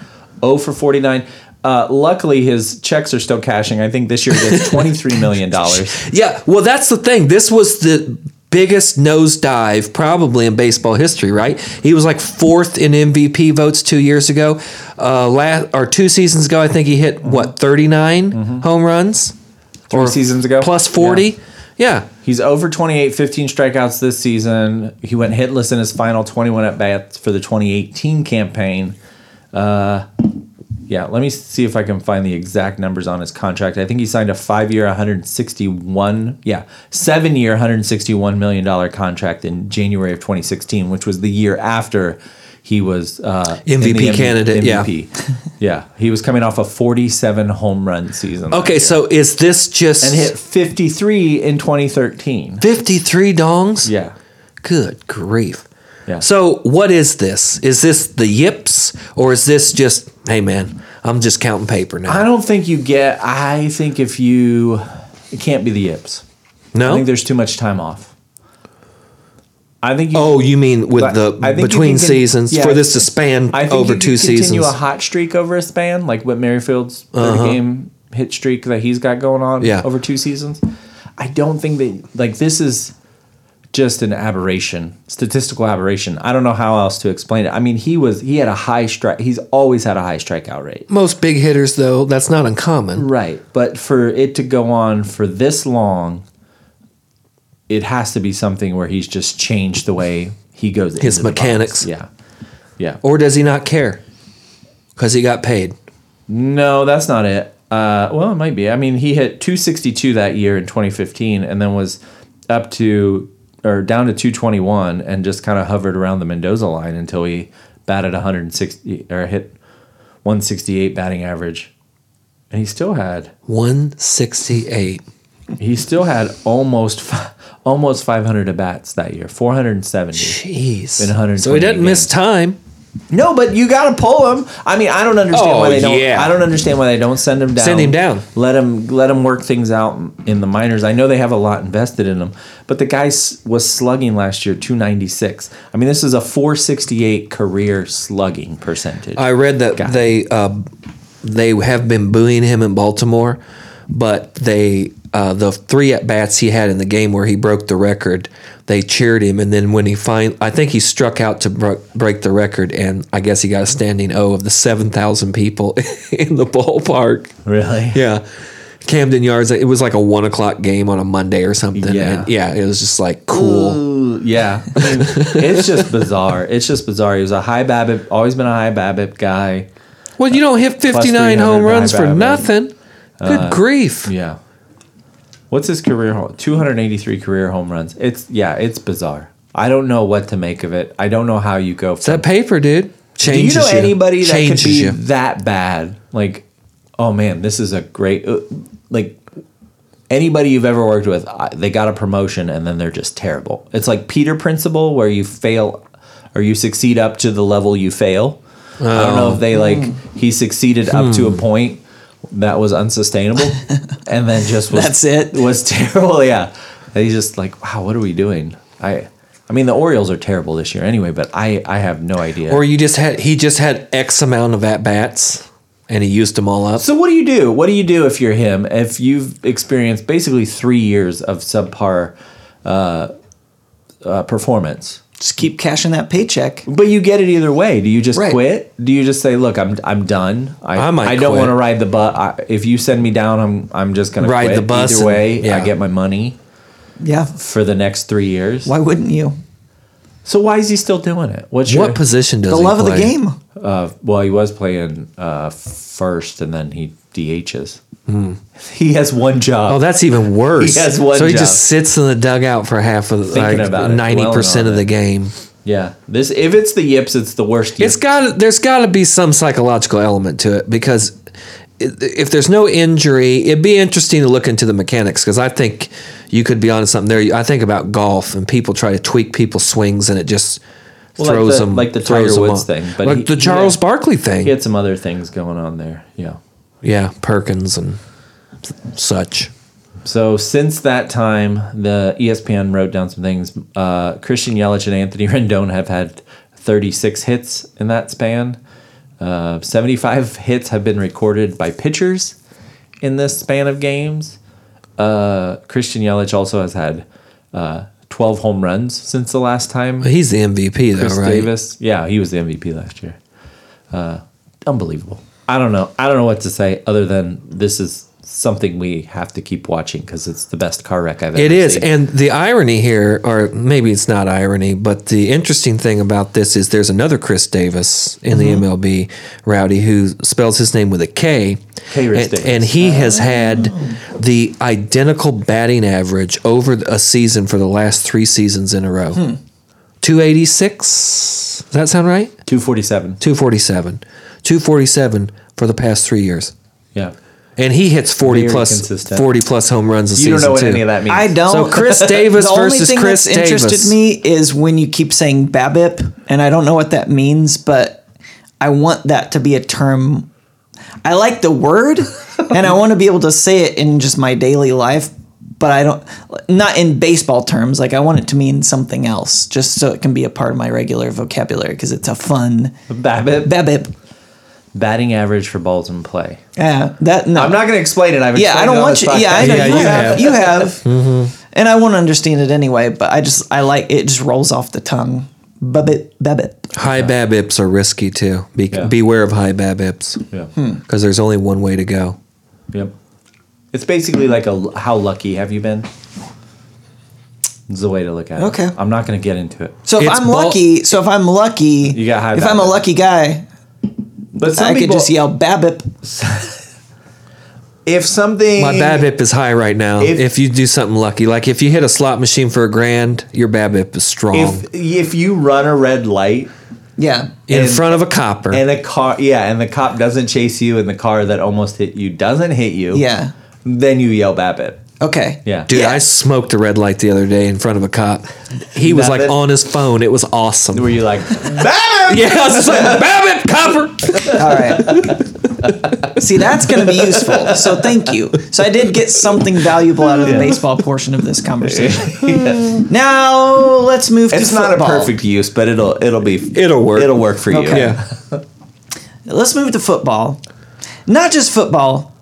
A: 0 for 49. Uh, luckily, his checks are still cashing. I think this year he gets 23 million dollars.
B: Yeah, well, that's the thing. This was the biggest nosedive probably in baseball history, right? He was like fourth in MVP votes two years ago. Uh, last or two seasons ago, I think he hit what 39 home runs.
A: Mm-hmm. Three seasons ago,
B: plus 40.
A: Yeah.
B: Yeah.
A: He's over 28, 15 strikeouts this season. He went hitless in his final 21 at bats for the 2018 campaign. Uh, yeah, let me see if I can find the exact numbers on his contract. I think he signed a five year, 161, yeah, seven year, $161 million contract in January of 2016, which was the year after he was uh, in
B: MVP
A: the M-
B: candidate, yeah.
A: Yeah. yeah, he was coming off a 47 home run season. that
B: Okay,
A: year.
B: so is this just
A: And hit 53 in 2013.
B: 53 dongs?
A: Yeah.
B: Good grief.
A: Yeah.
B: So what is this? Is this the yips or is this just hey man, I'm just counting paper now?
A: I don't think you get. I think if you, it can't be the yips. I
B: no.
A: think there's too much time off. I think you.
B: Oh, you mean with
A: But
B: the
A: I think you
B: between
A: can con-
B: seasons
A: yeah,
B: for this to span
A: I think
B: over
A: you
B: two
A: could
B: seasons? Uh-huh.
A: Continue a hot streak over a span, like Whit Merrifield's 30 game hit streak that he's got going on
B: Yeah.
A: over two seasons. I don't think that like this is just an aberration, statistical aberration. I don't know how else to explain it. I mean, he was he had a high strike. He's always had a high strikeout rate.
B: Most big hitters, though, that's not uncommon.
A: Right. But for it to go on for this long, it has to be something where he's just changed the way he goes.
B: His
A: into the box.
B: mechanics.
A: Yeah. Yeah.
B: Or does he not care? Because he got paid.
A: No, that's not it. Uh, well, it might be. I mean, he hit 262 that year in 2015 and then was up to or down to 221 and just kind of hovered around the Mendoza line until he batted 160 or hit 168 batting average. And he still had
B: 168.
A: he still had almost fi- almost 500 at bats that year, 470.
B: Jeez.
A: Been 120
B: so he didn't miss
A: games.
B: time.
A: No, but you got to pull him. I mean, I don't understand
B: Oh,
A: why they don't.
B: yeah.
A: I don't understand why they don't send him down.
B: Send him down.
A: Let him let him work things out in the minors. I know they have a lot invested in him, but the guy s- was slugging last year 296. I mean, this is a 468 career slugging percentage.
B: I read that
A: Got it.
B: they uh, they have been booing him in Baltimore, but they uh, the three at bats he had in the game where he broke the record, they cheered him, and then when he fin I think he struck out to bro- break the record, and I guess he got a standing O of the seven thousand people in the ballpark.
A: really?
B: Yeah. Camden Yards. It was like a one o'clock game on a Monday or something.
A: Yeah.
B: and yeah it was just like cool.
A: Ooh, yeah. I mean, it's just bizarre. It's just bizarre. He was a high BABIP, always been a high BABIP guy.
B: Well, you don't hit fifty
A: 300
B: nine home
A: by Uh,
B: runs for
A: Babbitt.
B: nothing. Good grief.
A: Yeah. What's his career home? 283 career home runs. It's yeah, it's bizarre. I don't know what to make of it. I don't know how you go
B: It's
A: from
B: that paper, dude.
A: Do you
B: Changes
A: know anybody that could
B: Changes
A: be
B: you.
A: that bad? Like, oh man, this is a great uh, like anybody you've ever worked with, I, they got a promotion and then they're just terrible. It's like Peter principle where you fail or you succeed up to the level you fail. I don't know if they like he succeeded up to a point that was unsustainable and then just was
C: That's it?
A: was terrible. Yeah, and he's just like, wow, what are we doing? I. I mean the Orioles are terrible this year anyway, but I, I have no idea.
B: Or you just had he just had X amount of at bats and he used them all up.
A: So what do you do? What do you do if you're him? If you've experienced basically three years of subpar uh, uh, performance,
C: Just keep cashing that paycheck.
A: but you get it either way. Do you just
C: Right.
A: quit? Do you just say, "Look, I'm I'm done. I
B: I might
A: don't
B: quit.
A: want to ride the bus. If you send me down, I'm I'm just gonna
B: Ride
A: quit.
B: the bus
A: Either way,
B: and- yeah.
A: I get my money
C: Yeah.
A: for the next three years.
C: Why wouldn't you?
A: So why is he still doing it? What's your
B: What position does
C: The
B: he
C: love of the
B: play?
C: game.
A: Uh, well, he was playing uh, first, and then he DHs. He has one job.
B: Hmm. Oh, that's even worse.
A: He has one
B: so he
A: job.
B: just sits in the dugout for half of
A: Thinking about
B: like
A: it,
B: ninety percent
A: dwelling on
B: of the
A: it.
B: game.
A: Yeah, this if it's the yips, it's the worst. Yip.
B: It's got there's got to be some psychological element to it because i- if there's no injury, it'd be interesting to look into the mechanics because I think you could be onto something there. I think about golf and people try to tweak people's swings and it just
A: Well, like
B: throws
A: the-
B: them
A: like the
B: throws
A: Tiger
B: them
A: Woods
B: off.
A: thing, but
B: like
A: he-
B: the
A: he
B: Charles
A: had-
B: Barkley thing.
A: he had some other things going on there. Yeah.
B: yeah, Perkins and such.
A: So since that time, the E ESPN wrote down some things. Uh, Christian Yelich and Anthony Rendon have had 36 hits in that span. Uh, 75 hits have been recorded by pitchers in this span of games. Uh, Christian Yelich also has had uh, 12 home runs since the last time.
B: But he's the MVP though,
A: Chris
B: right?
A: Davis. Yeah, he was the MVP last year. Uh, unbelievable. I don't know. I don't know what to say other than this is something we have to keep watching because it's the best car wreck I've ever
B: It is.
A: seen.
B: And the irony here, or maybe it's not irony, but the interesting thing about this is there's another Chris Davis in
A: Mm-hmm.
B: the MLB rowdy who spells his name with a K.
A: K. Chris
B: and,
A: Davis. Oh.
B: and he has had the identical batting average over a season for the last three seasons in a row
A: Hmm.
B: 286. Does that sound right?
A: 247.
B: 247. 247 for the past three years.
A: Yeah.
B: And he hits 40
A: Very
B: plus
A: consistent.
B: 40 plus home runs a
A: You
B: season.
A: don't know what
B: too.
A: any of that means.
C: I don't.
B: So Chris Davis
C: the only
B: versus
C: thing
B: Chris
C: that's interested
B: Davis.
C: me is when you keep saying BABIP, and I don't know what that means, but I want that to be a term. I like the word, and I want to be able to say it in just my daily life, but I don't. Not in baseball terms. Like I want it to mean something else, just so it can be a part of my regular vocabulary because it's a fun
A: Babbitt.
C: BABIP.
A: Batting average for balls in play.
C: Yeah, that no.
A: I'm not going to explain it. I've
C: Yeah, I
A: explained it
C: don't
A: on
C: want
A: this
C: you. Yeah, I
A: podcast.
C: know
B: Yeah,
C: you,
B: you
C: have.
B: have.
C: You have.
A: Mm-hmm.
C: And I won't understand it anyway. But I just I like it. Just rolls off the tongue. Bubbit, bubbit.
B: High BABIPs are risky too. Be-
A: Yeah.
B: Beware of high BABIPs
A: Yeah.
B: because there's only one way to go.
A: Hmm. Yep. It's basically like a l- how lucky have you been? Is the way to look at it.
C: Okay.
A: I'm not going to get into it.
C: So if
B: It's
C: I'm
B: ball-
C: lucky, so if I'm lucky,
A: You got high
C: if I'm a
A: BABIP.
C: lucky guy,
A: But some
C: I could
A: people-
C: just yell babbip.
A: if something
B: My BABIP is high right now. If,
A: If-
B: you do something lucky, like if you hit a slot machine for a grand, your BABIP is strong.
A: if if you run a red light
C: Yeah.
B: in
A: and-
B: front of a copper,
A: and a car yeah and the cop doesn't chase you and the car that almost hit you doesn't hit you
C: Yeah.
A: then you yell BABIP.
C: Okay.
A: Yeah.
B: dude,
C: yeah.
B: I smoked a red light the other day in front of a cop. He was like
A: Nothing.
B: on his phone. It was awesome.
A: Were you like BABIP?
B: Yeah, I was just like BABIP copper.
C: All right. See, that's going to be useful. So thank you. So I did get something valuable out of the baseball portion of this conversation. Now let's move
A: It's
C: to
A: not a
C: football.
A: perfect use, but it'll it'll be
B: It'll work.
A: It'll work for you.
C: Okay.
B: Yeah.
C: Let's move to football. Not just football,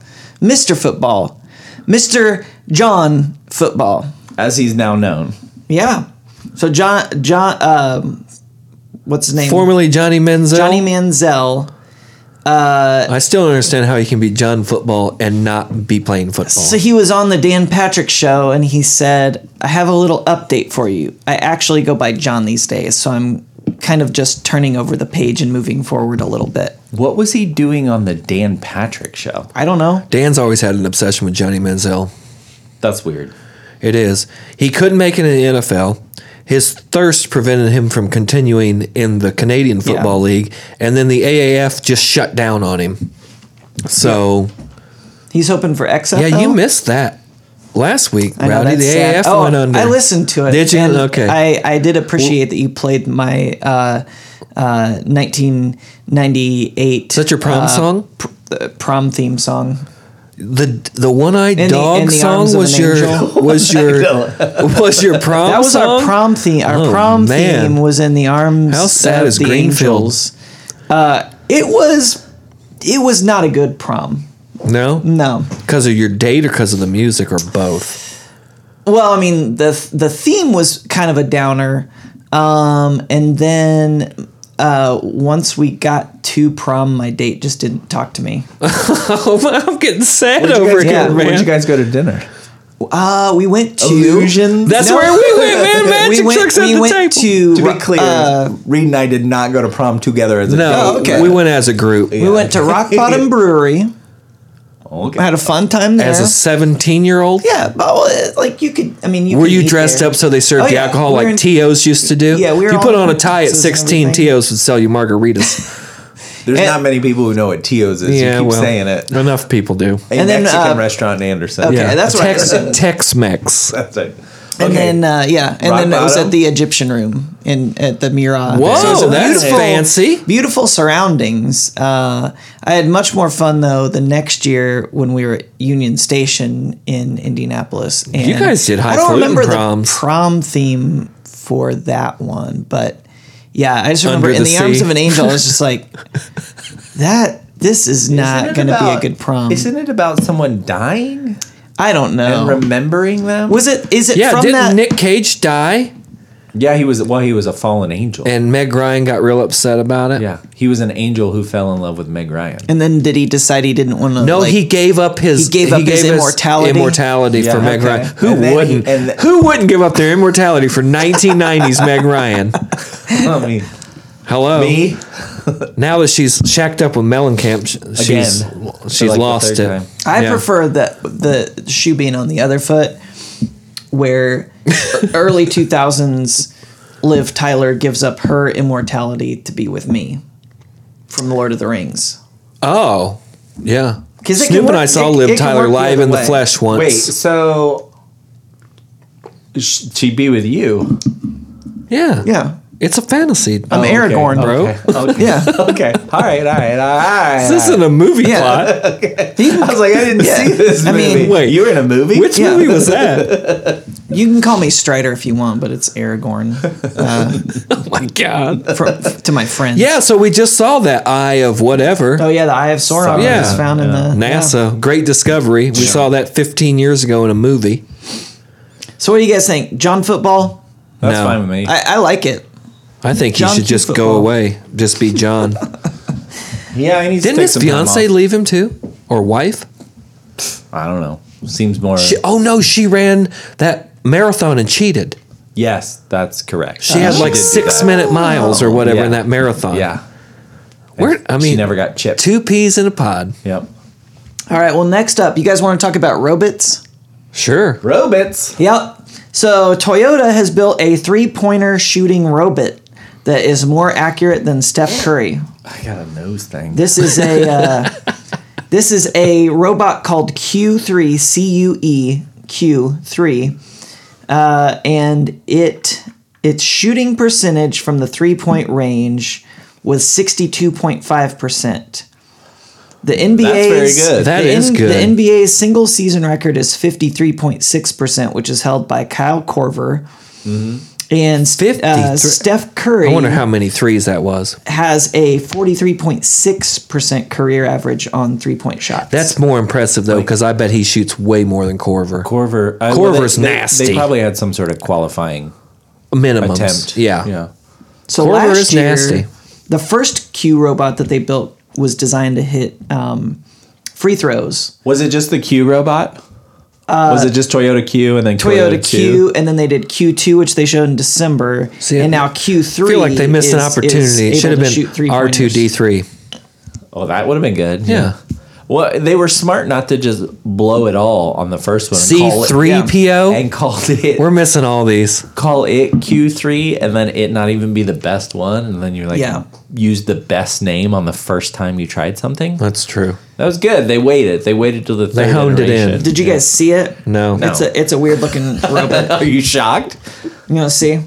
C: Mr. Football, Mr. John Football.
A: As he's now known.
C: Yeah. So John John um, what's his name?
B: Formerly Johnny Menzel.
C: Johnny Manziel.
B: I still don't understand how he can be John football and not be playing football.
C: So he was on the Dan Patrick show and he said, I have a little update for you. I actually go by John these days, so I'm kind of just turning over the page and moving forward a little bit.
A: What was he doing on the Dan Patrick show?
C: I don't know.
B: Dan's always had an obsession with Johnny Menzel.
A: That's weird.
B: It is. He couldn't make it in the NFL. His thirst prevented him from continuing in the Canadian Football League, and then the AAF just shut down on him. So
C: He's hoping for XFL.
B: yeah, you missed that last week,
C: I know,
B: Rowdy.
C: that's
B: The
C: sad. Oh,
B: AAF went under.
C: I listened to it.
B: Did you?
C: and
B: Okay.
C: I, I did appreciate that you played my uh, uh, 1998
B: Is that your prom
C: uh,
B: song?
C: pr- uh, prom theme song.
B: The the one eyed
C: In the-
B: dog
C: in the
B: song
C: arms of
B: was
C: an
B: your
C: angel.
B: was your was your prom.
C: That was our
B: song?
C: prom theme. Our
B: Oh,
C: prom
B: man.
C: theme was in the arms
B: How sad
C: of
B: is
C: the
B: Greenfield?
C: angels. Uh, it was it was not a good prom.
B: No,
C: No.
B: because of your date or because of the music or both.
C: Well, I mean the the theme was kind of a downer, um, and then uh, once we got to prom, my date just didn't talk to me.
B: Oh, I'm getting sad
A: Where'd you
B: over
A: guys
B: here,
A: go-
C: yeah,
B: man.
A: Where'd you guys go to dinner?
C: Uh, we went to
A: Illusions?
B: That's
C: No.
B: where we went, man. Magic
C: we went,
B: tricks at
C: we
B: the
C: went
B: table.
C: to,
A: To be clear,
C: uh,
A: Reed and I did not go to prom together as a
B: no,
C: Oh, okay.
B: we went as a group.
C: we went to Rock Bottom Brewery.
A: Oh, okay.
C: Had a fun time there.
B: as a 17 year old.
C: Yeah, but well, like you could. I mean, you
B: Were
C: could
B: you
C: eat
B: dressed
C: there.
B: up so they served
C: Oh,
B: the
C: yeah.
B: alcohol
C: We're
B: like
C: in-
B: TOs used to do?
C: Yeah, we were
B: If you put
C: all
B: on a tie at
C: princesses and
B: 16,
C: everything.
B: TOs would sell you margaritas.
A: There's
C: and-
A: not many people who know what Tio's is.
B: yeah,
A: you keep
B: well,
A: saying it.
B: enough people do.
A: A
C: And then,
A: Mexican
C: uh,
A: restaurant in Anderson.
C: okay.
A: Yeah.
C: that's what I
B: Tex,
C: heard.
B: Tex Mex.
A: That's it. Okay.
C: And then uh, yeah, and
A: Rock
C: then it was
A: bottom?
C: at the Egyptian room in at the Mira.
B: Whoa,
C: it was a
B: that's fancy.
C: Beautiful surroundings. Uh, I had much more fun though the next year when we were at Union Station in Indianapolis. And
B: You guys did
C: I don't
B: highfalutin
C: remember
B: proms.
C: the prom theme for that one, but yeah, I just remember
B: Under
C: in
B: the
C: the arms
B: Sea.
C: of an angel. I was just like, that. This is not
A: Isn't it
C: going to be a
A: about-
C: good prom. Oh.
A: Isn't it about someone dying
C: I don't know.
A: and remembering them?
C: Was it? Is it
B: Yeah,
C: from
B: didn't
C: that?
B: Nick Cage die?
A: yeah, he was. Well, he was a fallen angel.
B: And Meg Ryan got real upset about it.
A: yeah, he was an angel who fell in love with Meg Ryan.
C: and then did he decide he didn't want to?
B: No, he gave up his
C: He gave up his immortality?
B: immortality for
A: Yeah,
B: Meg
A: okay.
B: Ryan. Who
A: And then he-
B: wouldn't?
A: and th-
B: who wouldn't give up their immortality for 1990s Meg Ryan?
A: I mean,
B: Hello.
A: me
B: Now that she's shacked up with Mellencamp, sh- she's
A: Again.
B: she's
A: For like the
B: lost
A: third
B: it.
A: time.
C: I
B: Yeah.
C: prefer the the shoe being on the other foot, where e-, early two thousands Liv Tyler gives up her immortality to be with me from Lord of the Rings.
B: Oh, yeah.
C: 'Cause it can
B: Snoop
C: work-
B: and I saw
C: it-
B: Liv
C: it can
B: Tyler
C: work the
B: live
C: other
B: in the
C: way.
B: flesh once.
A: Wait, so sh- she'd be with you?
B: Yeah.
C: Yeah,
B: It's a fantasy.
C: I'm
B: Oh,
C: Aragorn,
B: bro.
A: Okay.
C: Yeah,
A: okay. All right. All right. All right.
B: This isn't a movie
C: Yeah.
A: I
B: plot.
A: was like, I didn't
C: Yeah.
A: see this
C: I
A: movie.
C: mean-
B: Wait.
A: you were in a movie?
B: Which
C: Yeah.
B: movie was that?
C: you can call me Strider if you want, but it's Aragorn
B: oh my god.
C: for, to my friends.
B: Yeah, so we just saw that Eye of whatever.
C: Oh yeah, the Eye of Sauron
B: Yeah.
C: is found in the yeah.
B: NASA, great discovery. We saw that 15 years ago in a movie.
C: So what do you guys think, John Football?
A: That's
B: No.
A: fine with me.
C: I, I like it.
B: I think
C: John
B: he should
C: Q.
B: just go
C: Football.
B: away, just be John.
A: yeah, I need
B: Didn't his fiance leave him too, or wife?
A: I don't know. Seems more.
B: She, oh no, she ran that marathon and cheated.
A: yes, that's correct.
B: She had like
A: Uh, did do
B: six
A: that.
B: minute miles or whatever
A: Yeah.
B: in that marathon.
A: Yeah.
B: where I mean,
A: she never got chipped.
B: two peas in a pod.
A: Yep.
C: All right. Well, next up, you guys want to talk about robots?
B: Sure.
D: Robits.
C: Yep. So Toyota has built a three-pointer shooting robot that is more accurate than Steph Curry.
D: I got a nose thing.
C: This is a uh, this is a robot called Q3 C U E Q3, uh, and it its shooting percentage from the three point range was sixty two point five percent. The NBA's
D: good.
B: That
C: the
B: is
C: N-
B: good.
C: The NBA's single season record is fifty three point six percent, which is held by Kyle Corver. And uh,
B: 53
C: Steph Curry
B: I wonder how many threes that was.
C: has a 43.6% career average on three point shots.
B: That's more impressive though, because I bet he shoots way more than Corver.
A: Corver. I-
B: Corver's
A: they- they- They
B: nasty.
A: probably had some sort of qualifying
B: Minimums.
A: attempt.
B: Yeah.
A: Yeah.
C: so
B: Corver
C: last
B: is
C: year,
B: nasty.
C: The first Q robot that they built was designed to hit um, free throws.
A: Was it just the Q robot?
B: Uh,
A: was it just Toyota Q and then
C: Toyota,
A: Toyota,
C: Q,
A: Q?
C: and then they did Q2, which they showed in December,
B: See,
C: and now Q3.
B: I feel like they missed an
C: is- is
B: opportunity. It
C: able
B: should have
C: to
B: been
C: shoot
B: R two D
C: three-pointers.
B: three.
A: Oh, that would have been good.
B: Yeah.
A: Well, they were smart not to just blow it all on the first one. and
B: C
A: call it-
B: three PO.
A: and called it
B: We're missing all these.
A: call it Q3 and then it not even be the best one and then you're like
C: Yeah.
A: use the best name on the first time you tried something.
B: That's true.
A: That was good. They waited. They waited till the third
B: honed it in.
A: iteration.
C: Did you guys see it?
B: No. No.
C: It's a it's a weird looking robot.
A: Are you shocked?
C: You know, see.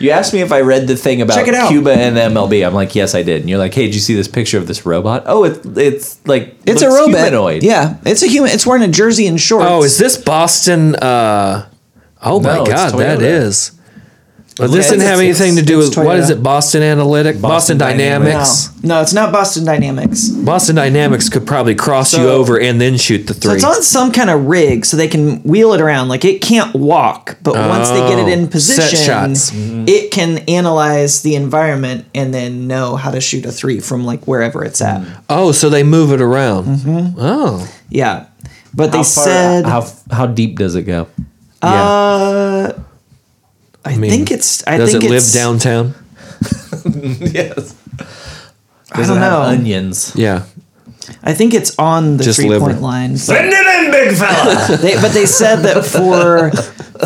A: You asked me if I read the thing about
C: Check it out.
A: Cuba and MLB. I'm like, yes, I did. And you're like, hey, did you see this picture of this robot? Oh, it's it's like
C: It's a
A: looks
C: robot.
A: humanoid.
C: Yeah, it's a human. It's wearing a jersey and shorts.
B: Oh, is this Boston? Uh, oh my
A: No, it's
B: God, that
A: Toyota.
B: is. But this didn't
C: it's-
B: have anything to do
C: it's
B: with what
C: Toyota.
B: is it? Boston Analytic,
A: Boston
B: Boston, Dynamics.
C: No, no, it's not Boston Dynamics.
B: Boston Dynamics could probably cross you
C: So-
B: over and then shoot the
C: So
B: three.
C: it's on some kind of rig, so they can wheel it around. Like it can't walk, but once they get it in
B: Oh,
C: position,
B: set shots.
A: Mm-hmm.
C: it can analyze the environment and then know how to shoot a three from like wherever it's at.
A: Mm.
B: oh, so they move it around. Oh,
C: Yeah, but they
A: How far-
C: said
A: how how deep does it go?
B: yeah.
C: uh, I,
B: mean,
C: think it's. I
B: Does
C: think
B: it live
C: it's,
B: downtown?
A: yes.
C: I don't know.
A: Onions.
B: Yeah.
C: I think it's on the
B: Just
C: three
B: liver.
C: point line.
D: Send it in, big fella.
C: They, but they said that for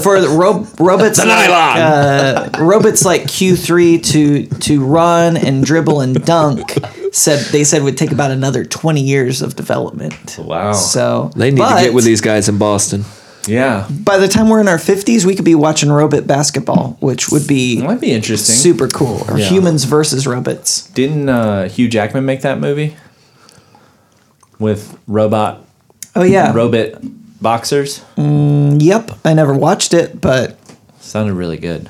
C: for the ro- robots like, uh, robots like Q three to to run and dribble and dunk said they said would take about another twenty years of development.
A: Wow.
C: So
B: Oh, They need
C: but
B: to get with these guys in Boston.
A: Yeah.
C: By the time we're in our fifties, we could be watching robot basketball, which would be
A: Might be interesting.
C: super cool. Or
A: Yeah.
C: humans versus robots.
A: Didn't uh, Hugh Jackman make that movie with robot
C: Oh yeah.
A: robot boxers?
C: yep. I never watched it, but
A: Sounded really good.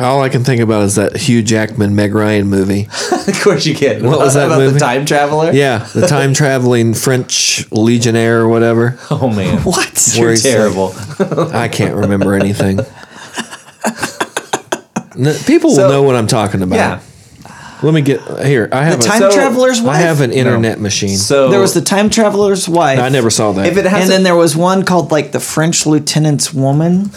B: All I can think about is that Hugh Jackman Meg Ryan movie.
A: of course you can.
B: What was that
A: about
B: movie?
A: the time traveler?
B: Yeah, the time traveling French legionnaire or whatever.
A: Oh man,
C: what?
A: you're
B: Where he's like-
A: terrible.
B: I can't remember anything. N- People
A: So-
B: will know what I'm talking about.
A: yeah.
B: Let me get here. I have
C: The time
B: a,
A: So-
C: traveler's
B: I
C: wife.
B: have an internet machine.
A: So
C: there was the time traveler's wife.
B: I never saw that.
A: if it has
C: and
A: a-
C: then there was one called like the French Lieutenant's Woman.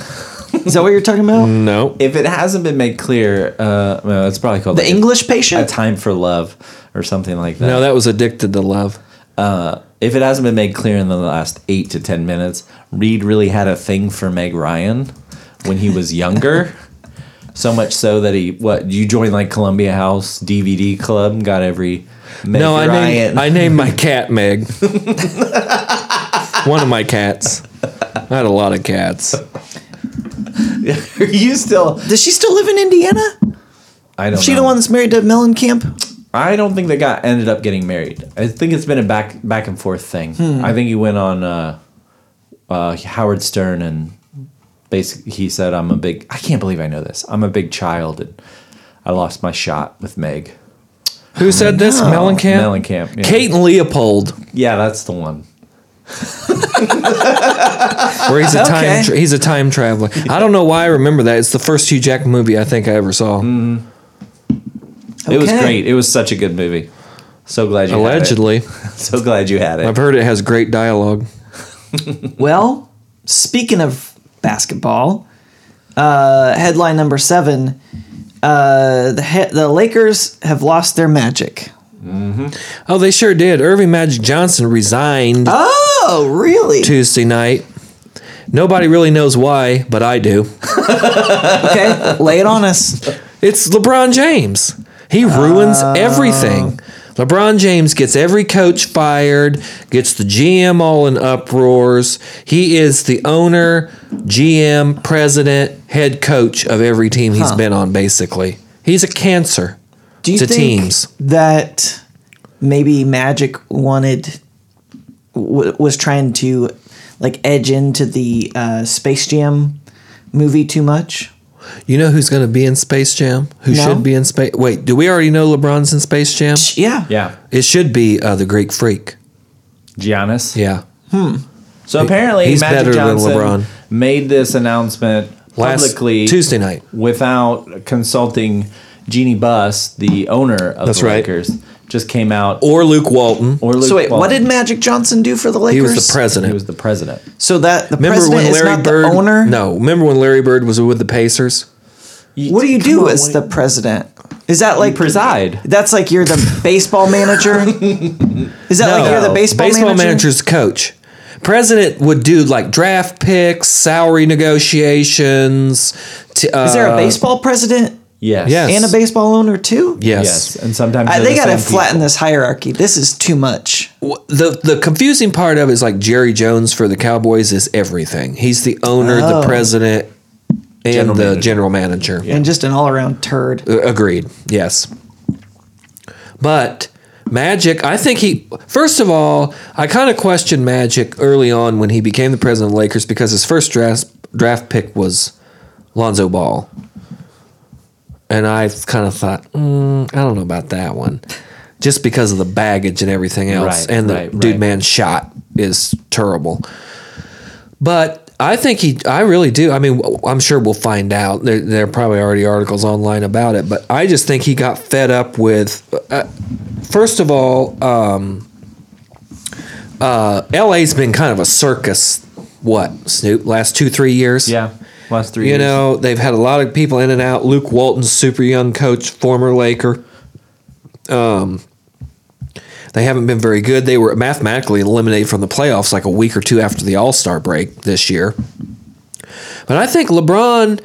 C: Is that what you're talking about?
B: no.
A: if it hasn't been made clear, uh, well, it's probably called
C: The
A: like,
C: English
A: a, a
C: patient.
A: time for love or something like that.
B: no, that was addicted to love.
A: Uh, if it hasn't been made clear in the last eight to ten minutes, Reed really had a thing for Meg Ryan when he was younger. so much so that he what you joined like Columbia House DVD Club and got every Meg
B: no, I
A: Ryan.
B: named, I named my cat Meg. One of my cats. I had a lot of cats.
A: Are you still?
C: Does she still live in Indiana?
A: I don't.
C: She
A: know.
C: the one that's married to Mellencamp?
A: I don't think they got ended up getting married. I think it's been a back back and forth thing.
B: Hmm.
A: I think he went on uh, uh, Howard Stern and basically he said, "I'm a big. I can't believe I know this. I'm a big child and I lost my shot with Meg
B: Who said this? Mellencamp?
A: Mellencamp. Yeah.
B: Kate and Leopold,
A: Yeah, that's the one.
B: where he's a
C: Okay.
B: time tra- he's a time traveler. I don't know why I remember that. It's the first Hugh Jackman movie I think I ever saw.
A: It was
C: Okay.
A: great. It was such a good movie. So glad you
B: Allegedly,
A: Had it. So glad you had it.
B: I've heard it has great dialogue.
C: Well, speaking of basketball, uh, headline number seven uh, the, he- the Lakers have lost their magic.
B: Oh, they sure did. Irving Magic Johnson resigned
C: Oh, really?
B: Tuesday night. Nobody really knows why, but I do.
C: Okay, lay it on us.
B: It's LeBron James. He ruins
C: Oh.
B: everything. LeBron James gets every coach fired, gets the GM all in uproars. He is the owner, GM, president, head coach of every team he's been on, basically. He's a cancer
C: Do you
B: to
C: think
B: teams.
C: that maybe Magic wanted w- was trying to like edge into the uh, Space Jam movie too much?
B: You know who's going to be in Space Jam? Who
C: No.
B: should be in Space? Wait, do we already know LeBron's in Space Jam?
C: Yeah,
D: Yeah.
B: It should be uh, the Greek Freak.
A: Giannis.
B: Yeah,
A: So apparently,
B: He's
A: Magic
B: better than
A: Johnson
B: LeBron.
A: made this announcement
B: Last
A: publicly
B: Tuesday night.
A: without consulting Jeannie Buss, the owner of
B: That's
A: the
B: right. Oh,
A: Lakers. Just came out.
B: or Luke Walton.
A: Or Luke
C: So wait, what
A: Walton.
C: did Magic Johnson do for the
B: he
C: Lakers?
B: was the president.
A: He was the president.
C: So that the
B: Remember
C: president
B: when
C: is
B: Larry
C: not
B: Bird?
C: the owner.
B: No. Remember when Larry Bird was with the Pacers?
C: What do you
A: Come
C: do
A: on,
C: as
A: wait.
C: the president? Is that like
A: preside.
C: That's like you're the baseball manager. Is that like you're the baseball, manager?
B: Oh, manager's coach. President would do like draft picks, salary negotiations. T- uh,
C: Is there
A: uh,
C: a baseball president
A: Yes.
B: Yes.
C: and a baseball owner too?
B: Yes.
A: Yes. And sometimes
C: I,
A: they're
C: they
A: the
C: got to
A: same
C: flatten this hierarchy. This is too much.
B: W- The the confusing part of it is like Jerry Jones for the Cowboys is everything. He's the owner,
C: Oh.
B: the president, and
A: General
B: the
A: manager.
B: general manager.
C: And just an all around turd.
B: Uh, Agreed. Yes. But Magic, I think he first of all, I kind of questioned Magic early on when he became the president of the Lakers because his first draft draft pick was Lonzo Ball. And I kind of thought, mm, I don't know about that one. Just because of the baggage and everything else.
A: Right,
B: and the
A: right,
B: dude
A: right.
B: man shot is terrible. But I think he, I really do. I mean, w- I'm sure we'll find out. There, there are probably already articles online about it, but I just think he got fed up with. Uh, first of all, um, uh, LA's been kind of a circus, what, Snoop, last two, three years?
A: people. Yeah. Last three
B: You
A: years.
B: know, they've had a lot of people in and out. Luke Walton's super young coach, former Laker. Um, they haven't been very good. They were mathematically eliminated from the playoffs like a week or two after the All Star break this year. But I think LeBron,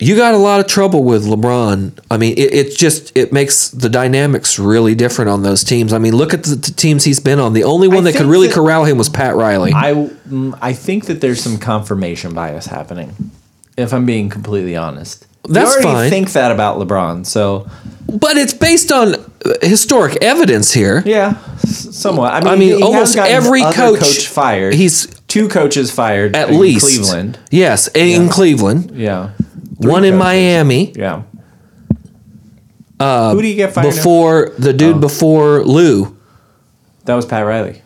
B: you got a lot of trouble with LeBron. I mean, it, it just it makes the dynamics really different on those teams. I mean, look at the, the teams he's been on. The only one that could
A: think
B: really
A: that-
B: corral him was Pat Riley.
A: I mm, I think that there's some confirmation bias happening. If I'm being completely honest,
B: That's
A: you already
B: fine.
A: think that about LeBron. So
B: but it's based on uh, historic evidence here.
A: yeah, s- somewhat. I mean,
B: I mean,
A: he has
B: almost
A: gotten
B: every
A: other
B: coach-
A: fired.
B: he's-
A: two coaches fired
B: at
A: in
B: least
A: Cleveland.
B: Yes, in Cleveland,
A: Yeah,
B: one in
A: coaches.
B: Miami
A: yeah. Who do you get fired? in?
B: Uh, before the
A: Oh.
B: dude before Lou.
A: that was Pat Riley.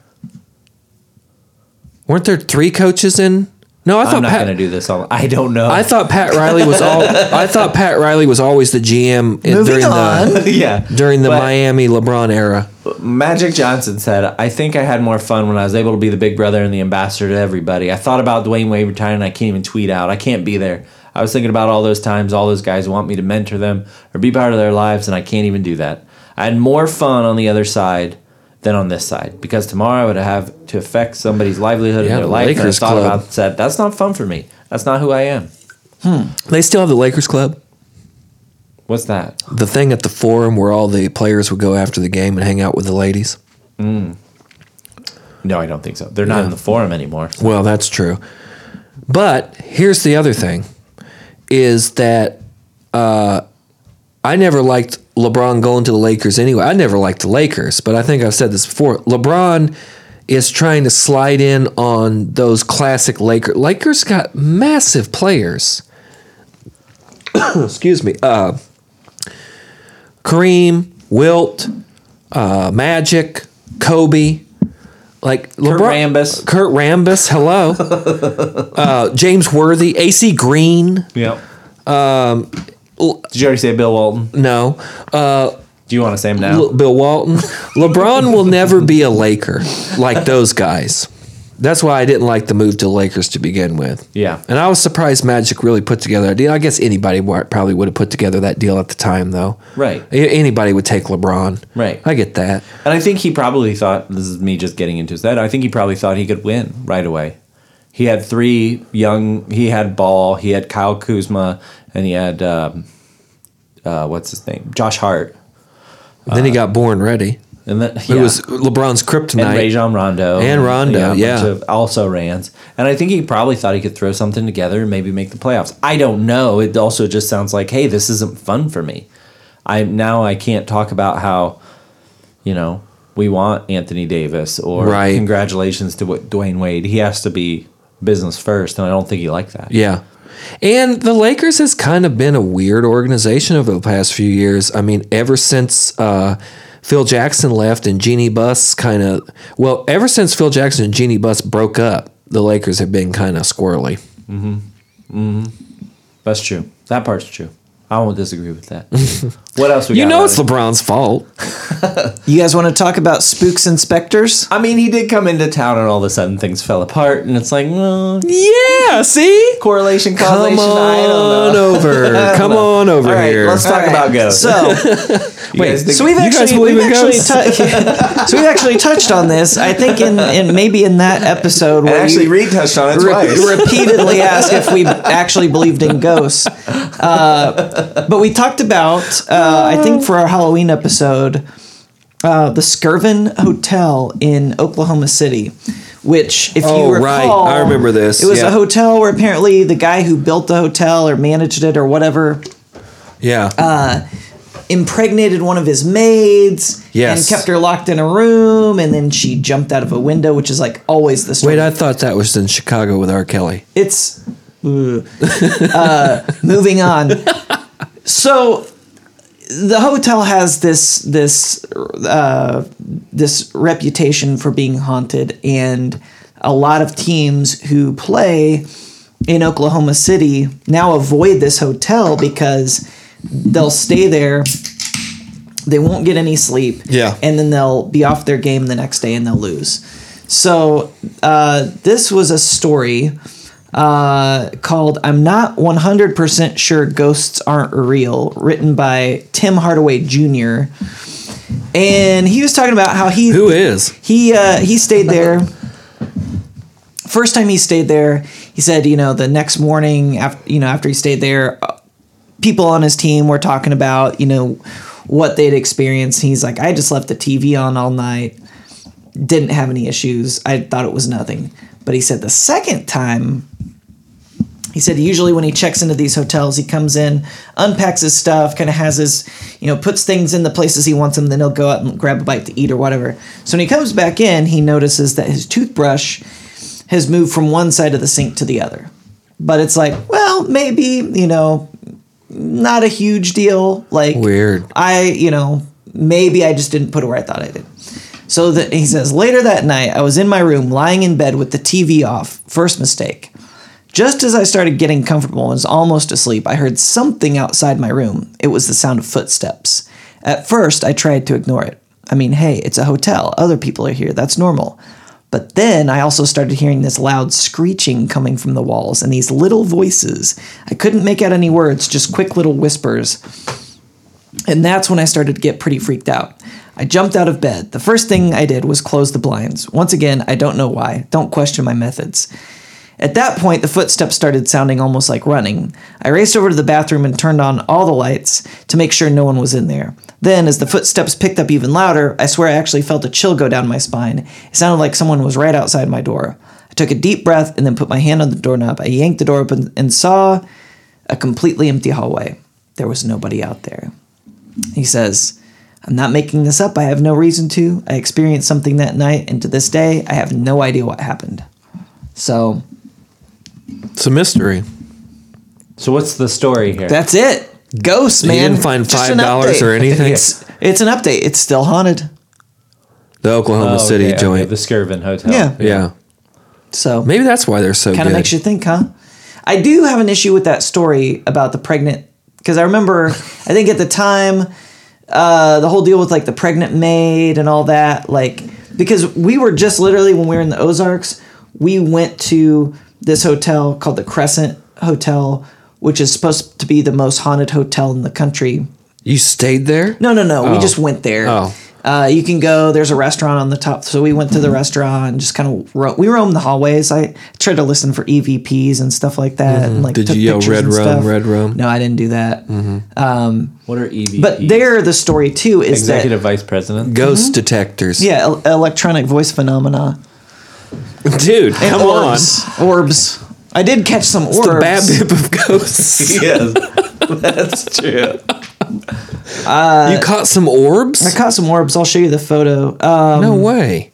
B: Weren't there three coaches in? No, I
A: I'm
B: thought
A: not
B: Pat.
A: going to do this all. I don't know.
B: I thought Pat Riley was all. I thought Pat Riley was always the GM in, during the
A: yeah,
B: during the
A: But-
B: Miami LeBron era.
A: Magic Johnson said, I think I had more fun when I was able to be the big brother and the ambassador to everybody. I thought about Dwayne Wade retiring. and I can't even tweet out. I can't be there. I was thinking about all those times all those guys want me to mentor them or be part of their lives, and I can't even do that. I had more fun on the other side than on this side because tomorrow I would have to affect somebody's livelihood
B: Yeah,
A: and their
B: the
A: life. And I
B: Lakers
A: thought
B: club.
A: about that. That's not fun for me. That's not who I am.
B: They still have the Lakers Club,
A: What's that?
B: the thing at the Forum where all the players would go after the game and hang out with the ladies.
A: No, I don't think so. They're not in the forum anymore.
B: Well, that's true. But here's the other thing is that uh, I never liked LeBron going to the Lakers anyway. I never liked the Lakers, but I think I've said this before. LeBron is trying to slide in on those classic Lakers. Lakers got massive players. Excuse me. Uh, Kareem, Wilt, uh, Magic, Kobe. Like
A: Kurt
B: LeBron,
A: Rambis.
B: Kurt Rambis, hello. uh, James Worthy, AC Green,
A: Yeah. Um, Did you already say Bill Walton?
B: no. Uh,
A: Do you want to say him now?
B: L- Bill Walton. LeBron will never be a Laker like those guys. That's why I didn't like the move to Lakers to begin with.
A: Yeah.
B: And I was surprised Magic really put together that deal. I guess anybody wa- probably would have put together that deal at the time, though.
A: Right.
B: A- Anybody would take LeBron.
A: Right.
B: I get that.
A: And I think he probably thought this is me just getting into his head. I think he probably thought he could win right away. He had three young. He had Ball. He had Kyle Kuzma, and he had um, uh, what's his name, Josh Hart.
B: then he got born ready.
A: And then
B: It was LeBron's kryptonite.
A: Uh, and Rajon Rondo
B: And Rondo,
A: a bunch
B: yeah.
A: of also Rands. And I think he probably thought he could throw something together and maybe make the playoffs. I don't know. It also just sounds like, hey, this isn't fun for me. I now I can't talk about how, you know, we want Anthony Davis or
B: Right.
A: congratulations to what Dwayne Wade. He has to be business first, and I don't think he liked that.
B: Yeah. And the Lakers has kind of been a weird organization over the past few years. I mean, ever since uh, Phil Jackson left and Jeannie Buss kind of, well, ever since Phil Jackson and Jeannie Buss broke up, the Lakers have been kind of squirrely.
A: That's true. That part's true. I won't disagree with that. what else we
B: You
A: got?
B: know, it's
A: Rodney?
B: LeBron's fault.
C: You guys want to talk about spooks and specters?
A: I mean, he did come into town, and all of a sudden things fell apart, and it's like, well,
B: Yeah, see?
A: correlation causation.
B: Come
A: I don't
B: on
A: know.
B: over. Come on over
A: All right,
B: here.
A: let's talk
C: All right.
A: about ghosts.
C: So,
A: You guys think-
C: so we've
B: You guys
C: actually,
B: believe
C: we've
B: in
C: actually
B: ghosts?
C: tou- so we've actually touched on this. I think in, in maybe in that episode where
D: Actually,
C: you
D: Reed touched on it
C: re-
D: twice.
C: repeatedly asked if we actually believed in ghosts, uh, but we talked about uh, I think for our Halloween episode uh, the Skirvin Hotel in Oklahoma City. Which, if
B: Oh,
C: you recall,
B: right. I remember this.
C: It was
B: Yeah.
C: a hotel where apparently the guy who built the hotel or managed it or whatever
B: yeah.
A: Um,
C: impregnated one of his maids
B: Yes.
C: and kept her locked in a room and then she jumped out of a window which is like always the story
B: Wait, I thought that was in Chicago with R. Kelly.
C: it's ugh. uh, moving on so the hotel has this this uh, this reputation for being haunted and a lot of teams who play in Oklahoma City now avoid this hotel because they'll stay there they won't get any sleep
B: Yeah.
C: and then they'll be off their game the next day and they'll lose so uh, this was a story uh, called i'm not 100% sure ghosts aren't real written by tim hardaway jr and he was talking about how he
B: Who is?
C: he uh, he stayed there. First time he stayed there, he said, you know, the next morning, after you know, after he stayed there, uh, people on his team were talking about, you know, what they'd experienced. He's like, I just left the TV on all night, didn't have any issues. I thought it was nothing. But he said the second time he said usually when he checks into these hotels, he comes in, unpacks his stuff, kind of has his, you know, puts things in the places he wants them, then he'll go out and grab a bite to eat or whatever. So when he comes back in, he notices that his toothbrush has moved from one side of the sink to the other. But it's like, well, maybe, you know, not a huge deal. Like,
B: Weird.
C: I, you know, maybe I just didn't put it where I thought I did. So that he says, later that night, I was in my room lying in bed with the TV off. First mistake. Just as I started getting comfortable and was almost asleep, I heard something outside my room. It was the sound of footsteps. At first, I tried to ignore it. I mean, hey, it's a hotel. Other people are here. That's normal. But then I also started hearing this loud screeching coming from the walls and these little voices. I couldn't make out any words, just quick little whispers. And that's when I started to get pretty freaked out. I jumped out of bed. The first thing I did was close the blinds. Once again, I don't know why. Don't question my methods. At that point, the footsteps started sounding almost like running. I raced over to the bathroom and turned on all the lights to make sure no one was in there. Then, as the footsteps picked up even louder, I swear I actually felt a chill go down my spine. It sounded like someone was right outside my door. I took a deep breath and then put my hand on the doorknob. I yanked the door open and saw a completely empty hallway. There was nobody out there. He says, I'm not making this up. I have no reason to. I experienced something that night, and to this day, I have no idea what happened. So
B: It's a mystery.
A: So what's the story here?
C: that's it. Ghosts,
B: You
C: man.
B: didn't find
C: Just an
B: $5 or
C: update.
B: anything?
C: It's, it's an update. It's still haunted.
B: The Oklahoma
A: okay,
B: City
A: Oh, okay,
B: joint.
A: the Skirvin Hotel.
C: Yeah.
B: yeah.
C: So
B: Maybe that's why they're so
C: kind of
B: good.
C: makes you think, huh? I do have an issue with that story about the pregnant because I remember I think at the time uh, the whole deal with like the pregnant maid and all that, like because we were just literally when we were in the Ozarks, we went to this hotel called the Crescent Hotel, which is supposed to be the most haunted hotel in the country.
B: You stayed there?
C: No, no, no. We just went there.
B: Oh. Mm-hmm.
C: Uh, you can go. There's a restaurant on the top, so we went to the restaurant and just kind of ro- we roamed the hallways. I tried to listen for EVPs and stuff like that. And like,
B: Mm-hmm. Did
C: took
B: you yell,
C: pictures
B: "Red
C: and
B: room,
C: stuff.
B: red Mm-hmm. room"?
C: No, I didn't do that.
A: What are EVPs?
C: But there, the story too is that
A: executive vice president.
B: Ghost detectors.
C: Mm-hmm. Yeah, el- electronic voice phenomena.
B: Dude,
C: And
B: come
C: orbs. Orbs. I did catch some orbs.
B: on. The bad bip of ghosts.
A: yes, that's true.
C: Uh,
B: you caught some orbs?
C: I caught some orbs. I'll show you the photo. Um,
B: no way.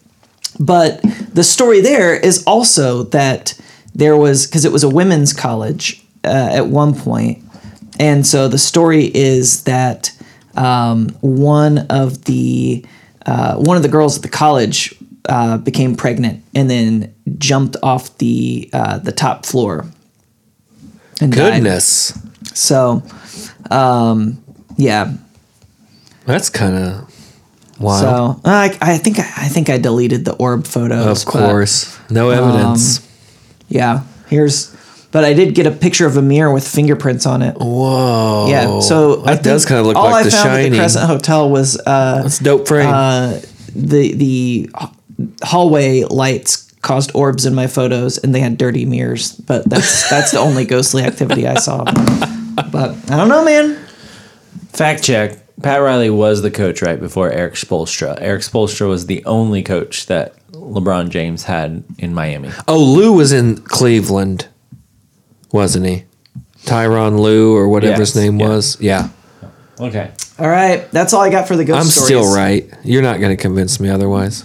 C: But the story there is also that there was because it was a women's college uh, at one point, and so the story is that um, one of the uh, one of the girls at the college uh, became pregnant and then jumped off the uh, the top floor. And died.
B: Goodness.
C: So, um, yeah.
B: That's kind of wild.
C: So I, I think I think I deleted the orb photos.
B: of
C: but,
B: course. no
C: um,
B: evidence.
C: yeah. Here's, but I did get a picture of a mirror with fingerprints on it.
B: Whoa.
C: yeah. So
B: that does
C: think
B: kind of look
C: all
B: like
C: I
B: The
C: found At
B: Shining.
C: the Crescent Hotel was uh,
B: That's a dope frame.
C: uh, the the hallway lights caused orbs in my photos, and they had dirty mirrors. But that's that's the only ghostly activity I saw. But I don't know, man.
A: Fact check. Pat Riley was the coach right before Eric Spolstra. Eric Spolstra was the only coach that LeBron James had in Miami.
B: oh, Lou was in Cleveland, wasn't he? Tyron Lou or whatever
A: Yes,
B: his name
A: yeah.
B: was. Yeah.
A: Okay.
C: All right, that's all I got for the ghost.
B: I'm
C: stories.
B: still right. You're not going to convince me otherwise.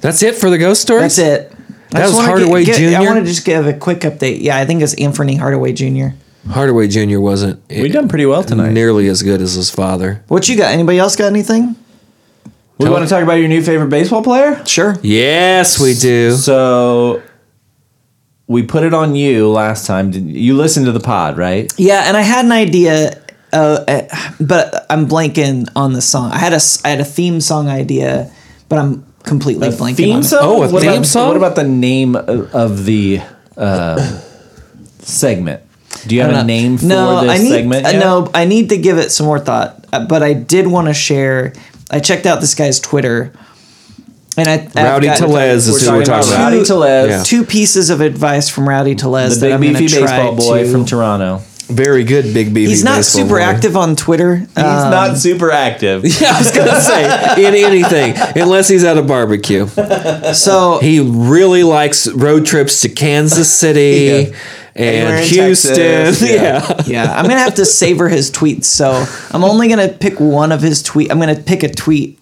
B: That's it for the ghost stories?
C: That's it.
B: That
C: I just
B: was
C: wanna
B: Hardaway
C: get, get- I
B: Jr.?
C: want to just give a quick update. Yeah, I think it's Anthony Hardaway Jr.
B: Hardaway Jr. wasn't
A: We done pretty well tonight.
B: nearly as good as his father.
C: What you got? Anybody else got anything?
A: we want to talk about your new favorite baseball player?
C: Sure.
B: Yes, we do.
A: So we put it on you last time. Did- You listened to the pod, right?
C: Yeah, and I had an idea, uh, uh, but I'm blanking on the song. I had a s- I had a theme song idea, but I'm completely blanking. on
A: Theme
C: it.
A: song?
B: Oh, a
A: what
B: theme
A: about,
B: song?
A: What about the name of, of the uh, segment? Do you have a
C: Uh,
A: name for
C: no,
A: this
C: I need,
A: segment?
C: uh,
A: yet?
C: No, I need to give it some more thought. Uh, but I did want to share. I checked out this guy's Twitter, and I I've
B: Rowdy
C: got-
B: Tellez is who we're talking about.
A: Rowdy Tellez,
B: Yeah.
C: Two pieces of advice from Rowdy Tellez.
A: the
C: that
A: big
C: I'm gonna
A: beefy
C: try
A: baseball boy
C: to-
A: from Toronto.
B: Very good, Big BB.
C: He's not
B: baseball
C: super
B: boy.
C: active on Twitter.
A: He's
C: Um,
A: not super active.
B: Yeah, I was gonna say in anything, unless he's at a barbecue.
C: so
B: He really likes road trips to Kansas City
A: Anywhere
B: and
A: in
B: Houston.
A: Texas,
B: yeah.
A: yeah.
C: yeah, I'm gonna have to savor his tweets. So I'm only gonna pick one of his tweet. I'm gonna pick a tweet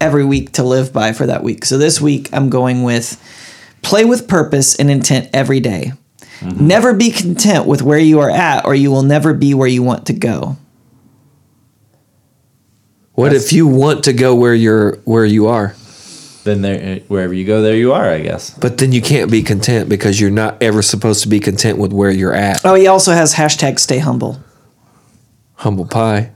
C: every week to live by for that week. So this week I'm going with play with purpose and intent every day. Never be content with where you are at, or you will never be where you want to go.
B: What if you want to go where you're where you are,
A: Then there, wherever you go, there you are. I guess.
B: but then you can't be content because you're not ever supposed to be content with where you're at.
C: Oh, he also has hashtag stay humble.
B: Humble pie.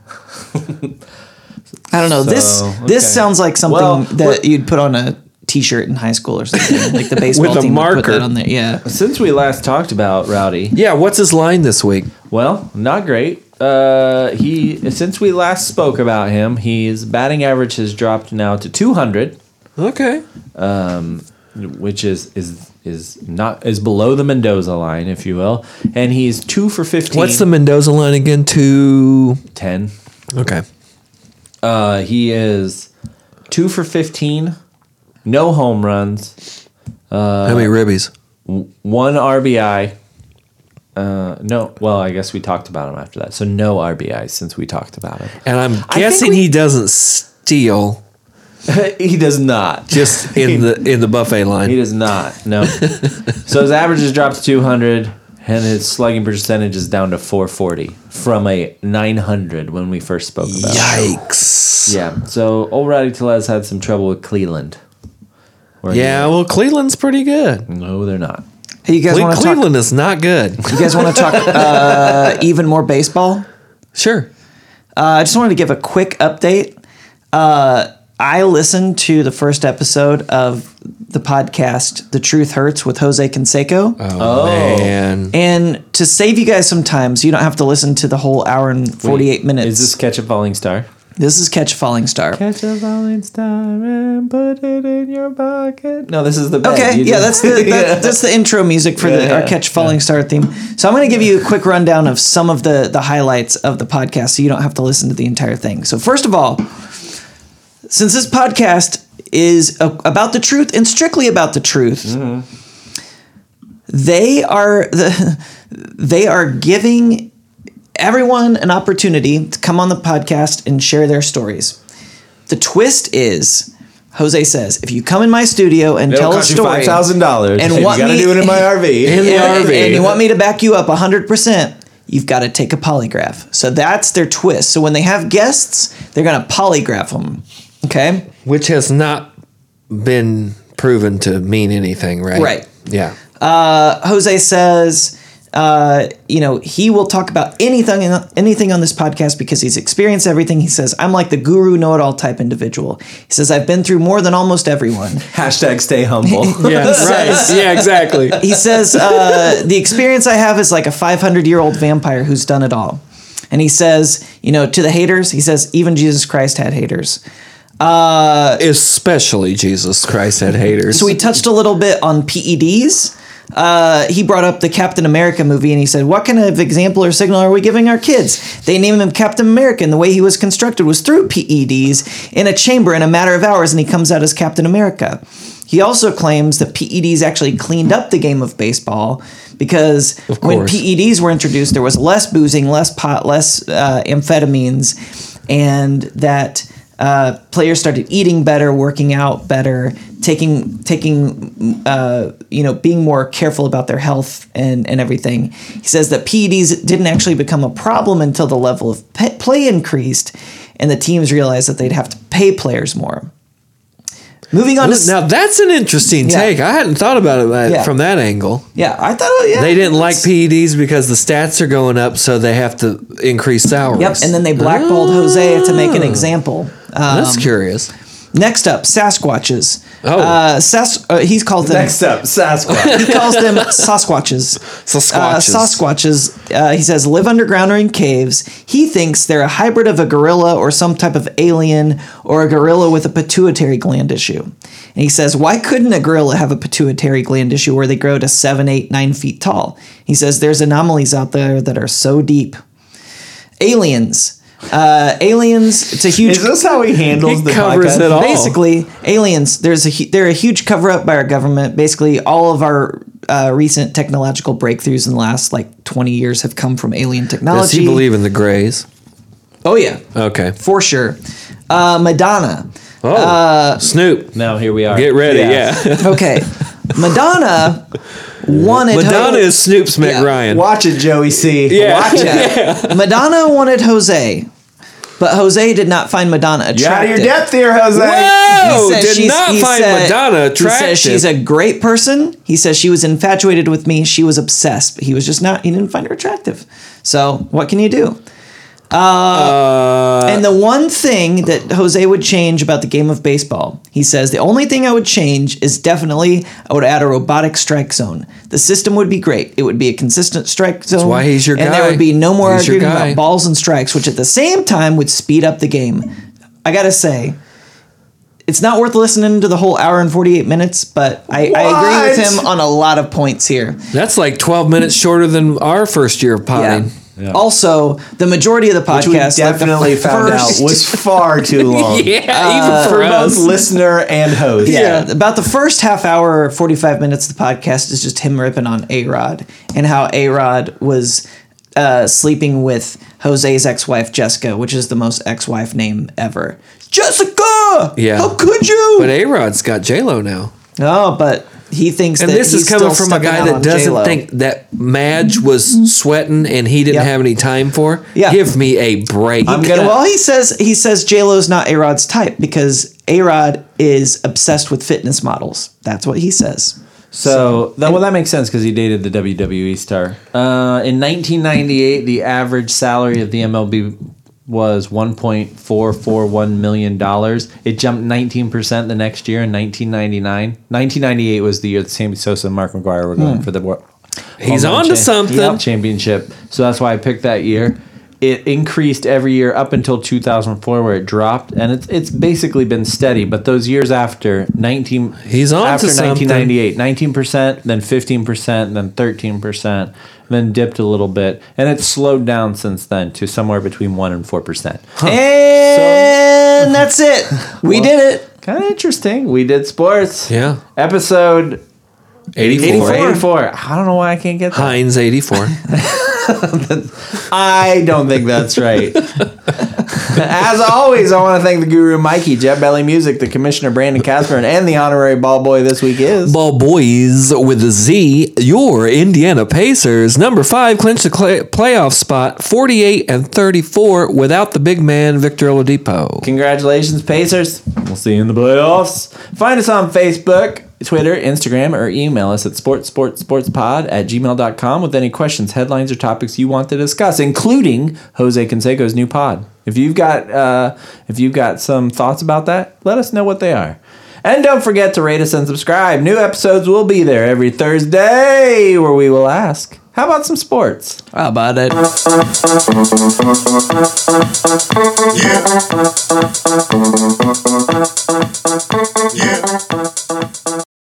C: I don't know. this
A: So, okay.
C: this sounds like something
A: Well,
C: that you'd put on a t-shirt in high school or something. Like the baseball
B: With a
C: team would put
B: marker.
C: that on there. Yeah.
A: Since we last talked about Rowdy,
B: Yeah, what's his line this week?
A: well, not great. Uh, he since we last spoke about him, his batting average has dropped now to 200,
B: Okay.
A: which is is is not is below the Mendoza line, if you will, and he's two for 15.
B: What's the Mendoza line again? Two.
A: 10?
B: Okay.
A: Uh, he is two for 15, no home runs,
B: How many ribbies?
A: one RBI. Uh, no, well, I guess we talked about him after that. So no RBI since we talked about him.
B: And I'm
A: I think
B: guessing
A: we-
B: he doesn't steal
A: he does not.
B: just in the in the buffet
A: He
B: line.
A: does not. No. so his average has dropped to 200, and his slugging percentage is down to 440 from a 900 when we first spoke about. it.
B: Yikes.
A: Yeah. So old Roddy Tellez had some trouble with Cleveland. Where he-
B: Yeah, well, Cleveland's pretty good.
A: no, they're not.
C: Hey, you guys
B: Cle-
C: want to talk?
B: Cleveland is not good.
C: You guys want to talk uh, even more baseball?
B: sure.
C: Uh, I just wanted to give a quick update. Uh, I listened to the first episode of the podcast, The Truth Hurts, with Jose Canseco.
D: Uh-huh.
B: Oh, man.
C: And to save you guys some time, so you don't have to listen to the whole hour and 48 minutes,
D: Is this Catch a Falling Star?
C: this is Catch a Falling Star.
D: Catch a falling star and put it in your pocket. No, this is the bed.
C: Okay,
D: You
C: yeah,
D: do-
C: that's the that, that's the intro music for the our Catch Falling Star theme. So I'm going to give you a quick rundown of some of the the highlights of the podcast, so you don't have to listen to the entire thing. So first of all, since this podcast is a, about the truth and strictly about the truth,
D: Mm-hmm.
C: they are the they are giving everyone an opportunity to come on the podcast and share their stories. The twist is. Jose says, if you come in my studio and
D: It'll
C: tell a
D: cost you
C: story,
D: five thousand dollars,
C: and
D: you
C: want
D: gotta
C: me-
D: do it in my RV.
B: In the
C: and,
B: RV.
C: and you want me to back you up 100%, you've got to take a polygraph. So that's their twist. So when they have guests, they're going to polygraph them. Okay?
B: Which has not been proven to mean anything, right?
C: Right.
B: Yeah.
C: Jose says, uh, you know, he will talk about anything anything on this podcast because he's experienced everything. He says, I'm like the guru know it all type individual. He says, I've been through more than almost everyone.
D: Hashtag stay humble.
B: Yeah, right. yeah, exactly.
C: he says uh, the experience I have is like a 500 year old vampire who's done it all. And he says, you know, to the haters, he says even Jesus Christ had haters.
B: Especially Jesus Christ had haters.
C: So we touched a little bit on E PEDs. Uh, he brought up the Captain America movie and he said, What kind of example or signal are we giving our kids? They named him Captain America, and the way he was constructed was through PEDs in a chamber in a matter of hours, and he comes out as Captain America. He also claims that PEDs actually cleaned up the game of baseball because when
B: course.
C: PEDs were introduced, there was less boozing, less pot, less uh, amphetamines, and that uh, players started eating better, working out better, taking taking uh, you know being more careful about their health and and everything. He says that PEDs didn't actually become a problem until the level of pe- play increased, and the teams realized that they'd have to pay players more. Moving on to
B: now that's an interesting
C: Yeah.
B: take. I hadn't thought about it that-
C: Yeah.
B: from that angle.
C: yeah, I thought oh, yeah
B: They didn't like
C: that's-
B: PEDs because the stats are going up, so they have to increase salaries.
C: Yep, and then they blackballed Jose to make an example. Uh,
B: that's curious.
C: next up, Sasquatches.
B: Oh.
C: uh, Sas- uh, he's called them.
D: Next up, Sasquatch.
C: he calls them Sasquatches. Uh,
B: Sasquatches.
C: Sasquatches. Uh, he says live underground or in caves. He thinks they're a hybrid of a gorilla or some type of alien or a gorilla with a pituitary gland issue. And he says, why couldn't a gorilla have a pituitary gland issue where they grow to seven, eight, nine feet tall? He says there's anomalies out there that are so deep. Aliens. Uh, aliens. It's a huge.
D: Is this how he handles
B: He
D: the
B: covers
D: podcast?
B: it all.
C: Basically, aliens. There's a hu- they're a huge cover up by our government. Basically, all of our uh, recent technological breakthroughs in the last like 20 years have come from alien technology.
B: Does he believe in the Greys?
C: Oh yeah,
B: Okay.
C: for sure. Uh, Madonna.
B: Oh,
C: Uh,
B: Snoop,
D: Now here we are.
B: get ready. Yeah,
C: Okay, Madonna wanted
B: Madonna is Snoop's Mac
C: Yeah.
B: Ryan.
D: Watch it, Joey C.
B: Yeah.
D: Watch it.
C: Yeah. Madonna wanted Jose, but Jose did not find Madonna attractive.
D: You're out of your depth here, Jose.
B: Whoa!
C: says
B: Did
C: she's-
B: not
C: he
B: find
C: said-
B: Madonna attractive.
C: He says she's a great person. He says she was infatuated with me. She was obsessed. But he was just not. He didn't find her attractive. So what can you do?
B: uh,
C: and the one thing that Jose would change about the game of baseball, he says, the only thing I would change is definitely I would add a robotic strike zone. The system would be great. It would be a consistent strike zone.
B: why he's your
C: and And
B: guy.
C: there would be no more
B: He's your
C: arguing
B: guy.
C: about balls and strikes, which at the same time would speed up the game. I gotta say. It's not worth listening to the whole hour and 48 minutes, but I, I agree with
D: What?
C: him on a lot of points here.
B: that's like twelve minutes shorter than our first year of potting.
C: Also, the majority of the podcast
D: Which we
C: like the
D: definitely found
C: first-
D: out was far too long.
C: Uh,
B: even
D: For both listener and host.
C: Yeah. about the first half hour or 45 minutes of the podcast is just him ripping on A Rod and how A Rod was uh, sleeping with Jose's ex wife, Jessica, which is the most ex wife name ever. Jessica!
B: Yeah.
C: How could you?
B: But A Rod's got J Lo now,
C: no, but he thinks
B: and
C: that
B: this is
C: he's
B: coming
C: still
B: from a
C: stepping
B: guy
C: out
B: that
C: on
B: doesn't
C: J-Lo.
B: think that Madge was sweating and he didn't
C: Yep.
B: have any time for.
C: Yeah.
B: Give me a break.
D: I'm
C: Yeah,
D: gonna-
C: well, he says he says J Lo's not A Rod's type because A Rod is obsessed with fitness models. That's what he says.
D: So, that, well, that makes sense because he dated the E WWE star. Uh, in 1998, the average salary of the MLB
A: was 1.441 million dollars. It jumped 19% the next year in 1999. 1998 was the year that Sammy Sosa and Mark McGuire were
D: Hmm.
A: going for the wor-
B: He's
A: home run
B: on to something.
A: Yep, championship. So that's why I picked that year. It increased every year up until 2004 where it dropped and it's it's basically been steady, but those years after 19
B: He's on to
A: after
B: something.
A: 1998, 19%, then 15%, then 13%, then dipped a little bit and it's slowed down since then to somewhere between 1 and 4%.
C: And that's it. We did it.
A: Kind of interesting. We did sports.
B: Yeah.
A: Episode
B: 84.
A: 84. 84. I don't know why I can't get that.
B: Heinz 84.
A: I don't think that's right. As always, I want to thank the guru Mikey, Jet Belly Music, the commissioner Brandon Casper, and the honorary ball boy this week is.
B: Ball boys with a Z, your Indiana Pacers, number five, clinched the cla playoff spot 48 and 34 without the big man, Victor Oladipo.
A: Congratulations, Pacers. We'll see you in the playoffs. Find us on Facebook, Twitter, Instagram, or email us at sportsportsportspod at gmail.com with any questions, headlines, or topics you want to discuss, including Jose Canseco's new pod. If you've got uh, if you've got some thoughts about that, let us know what they are. And don't forget to rate us and subscribe. New episodes will be there every Thursday where we will ask, how about some sports?
C: How about it?
E: Yeah. Yeah.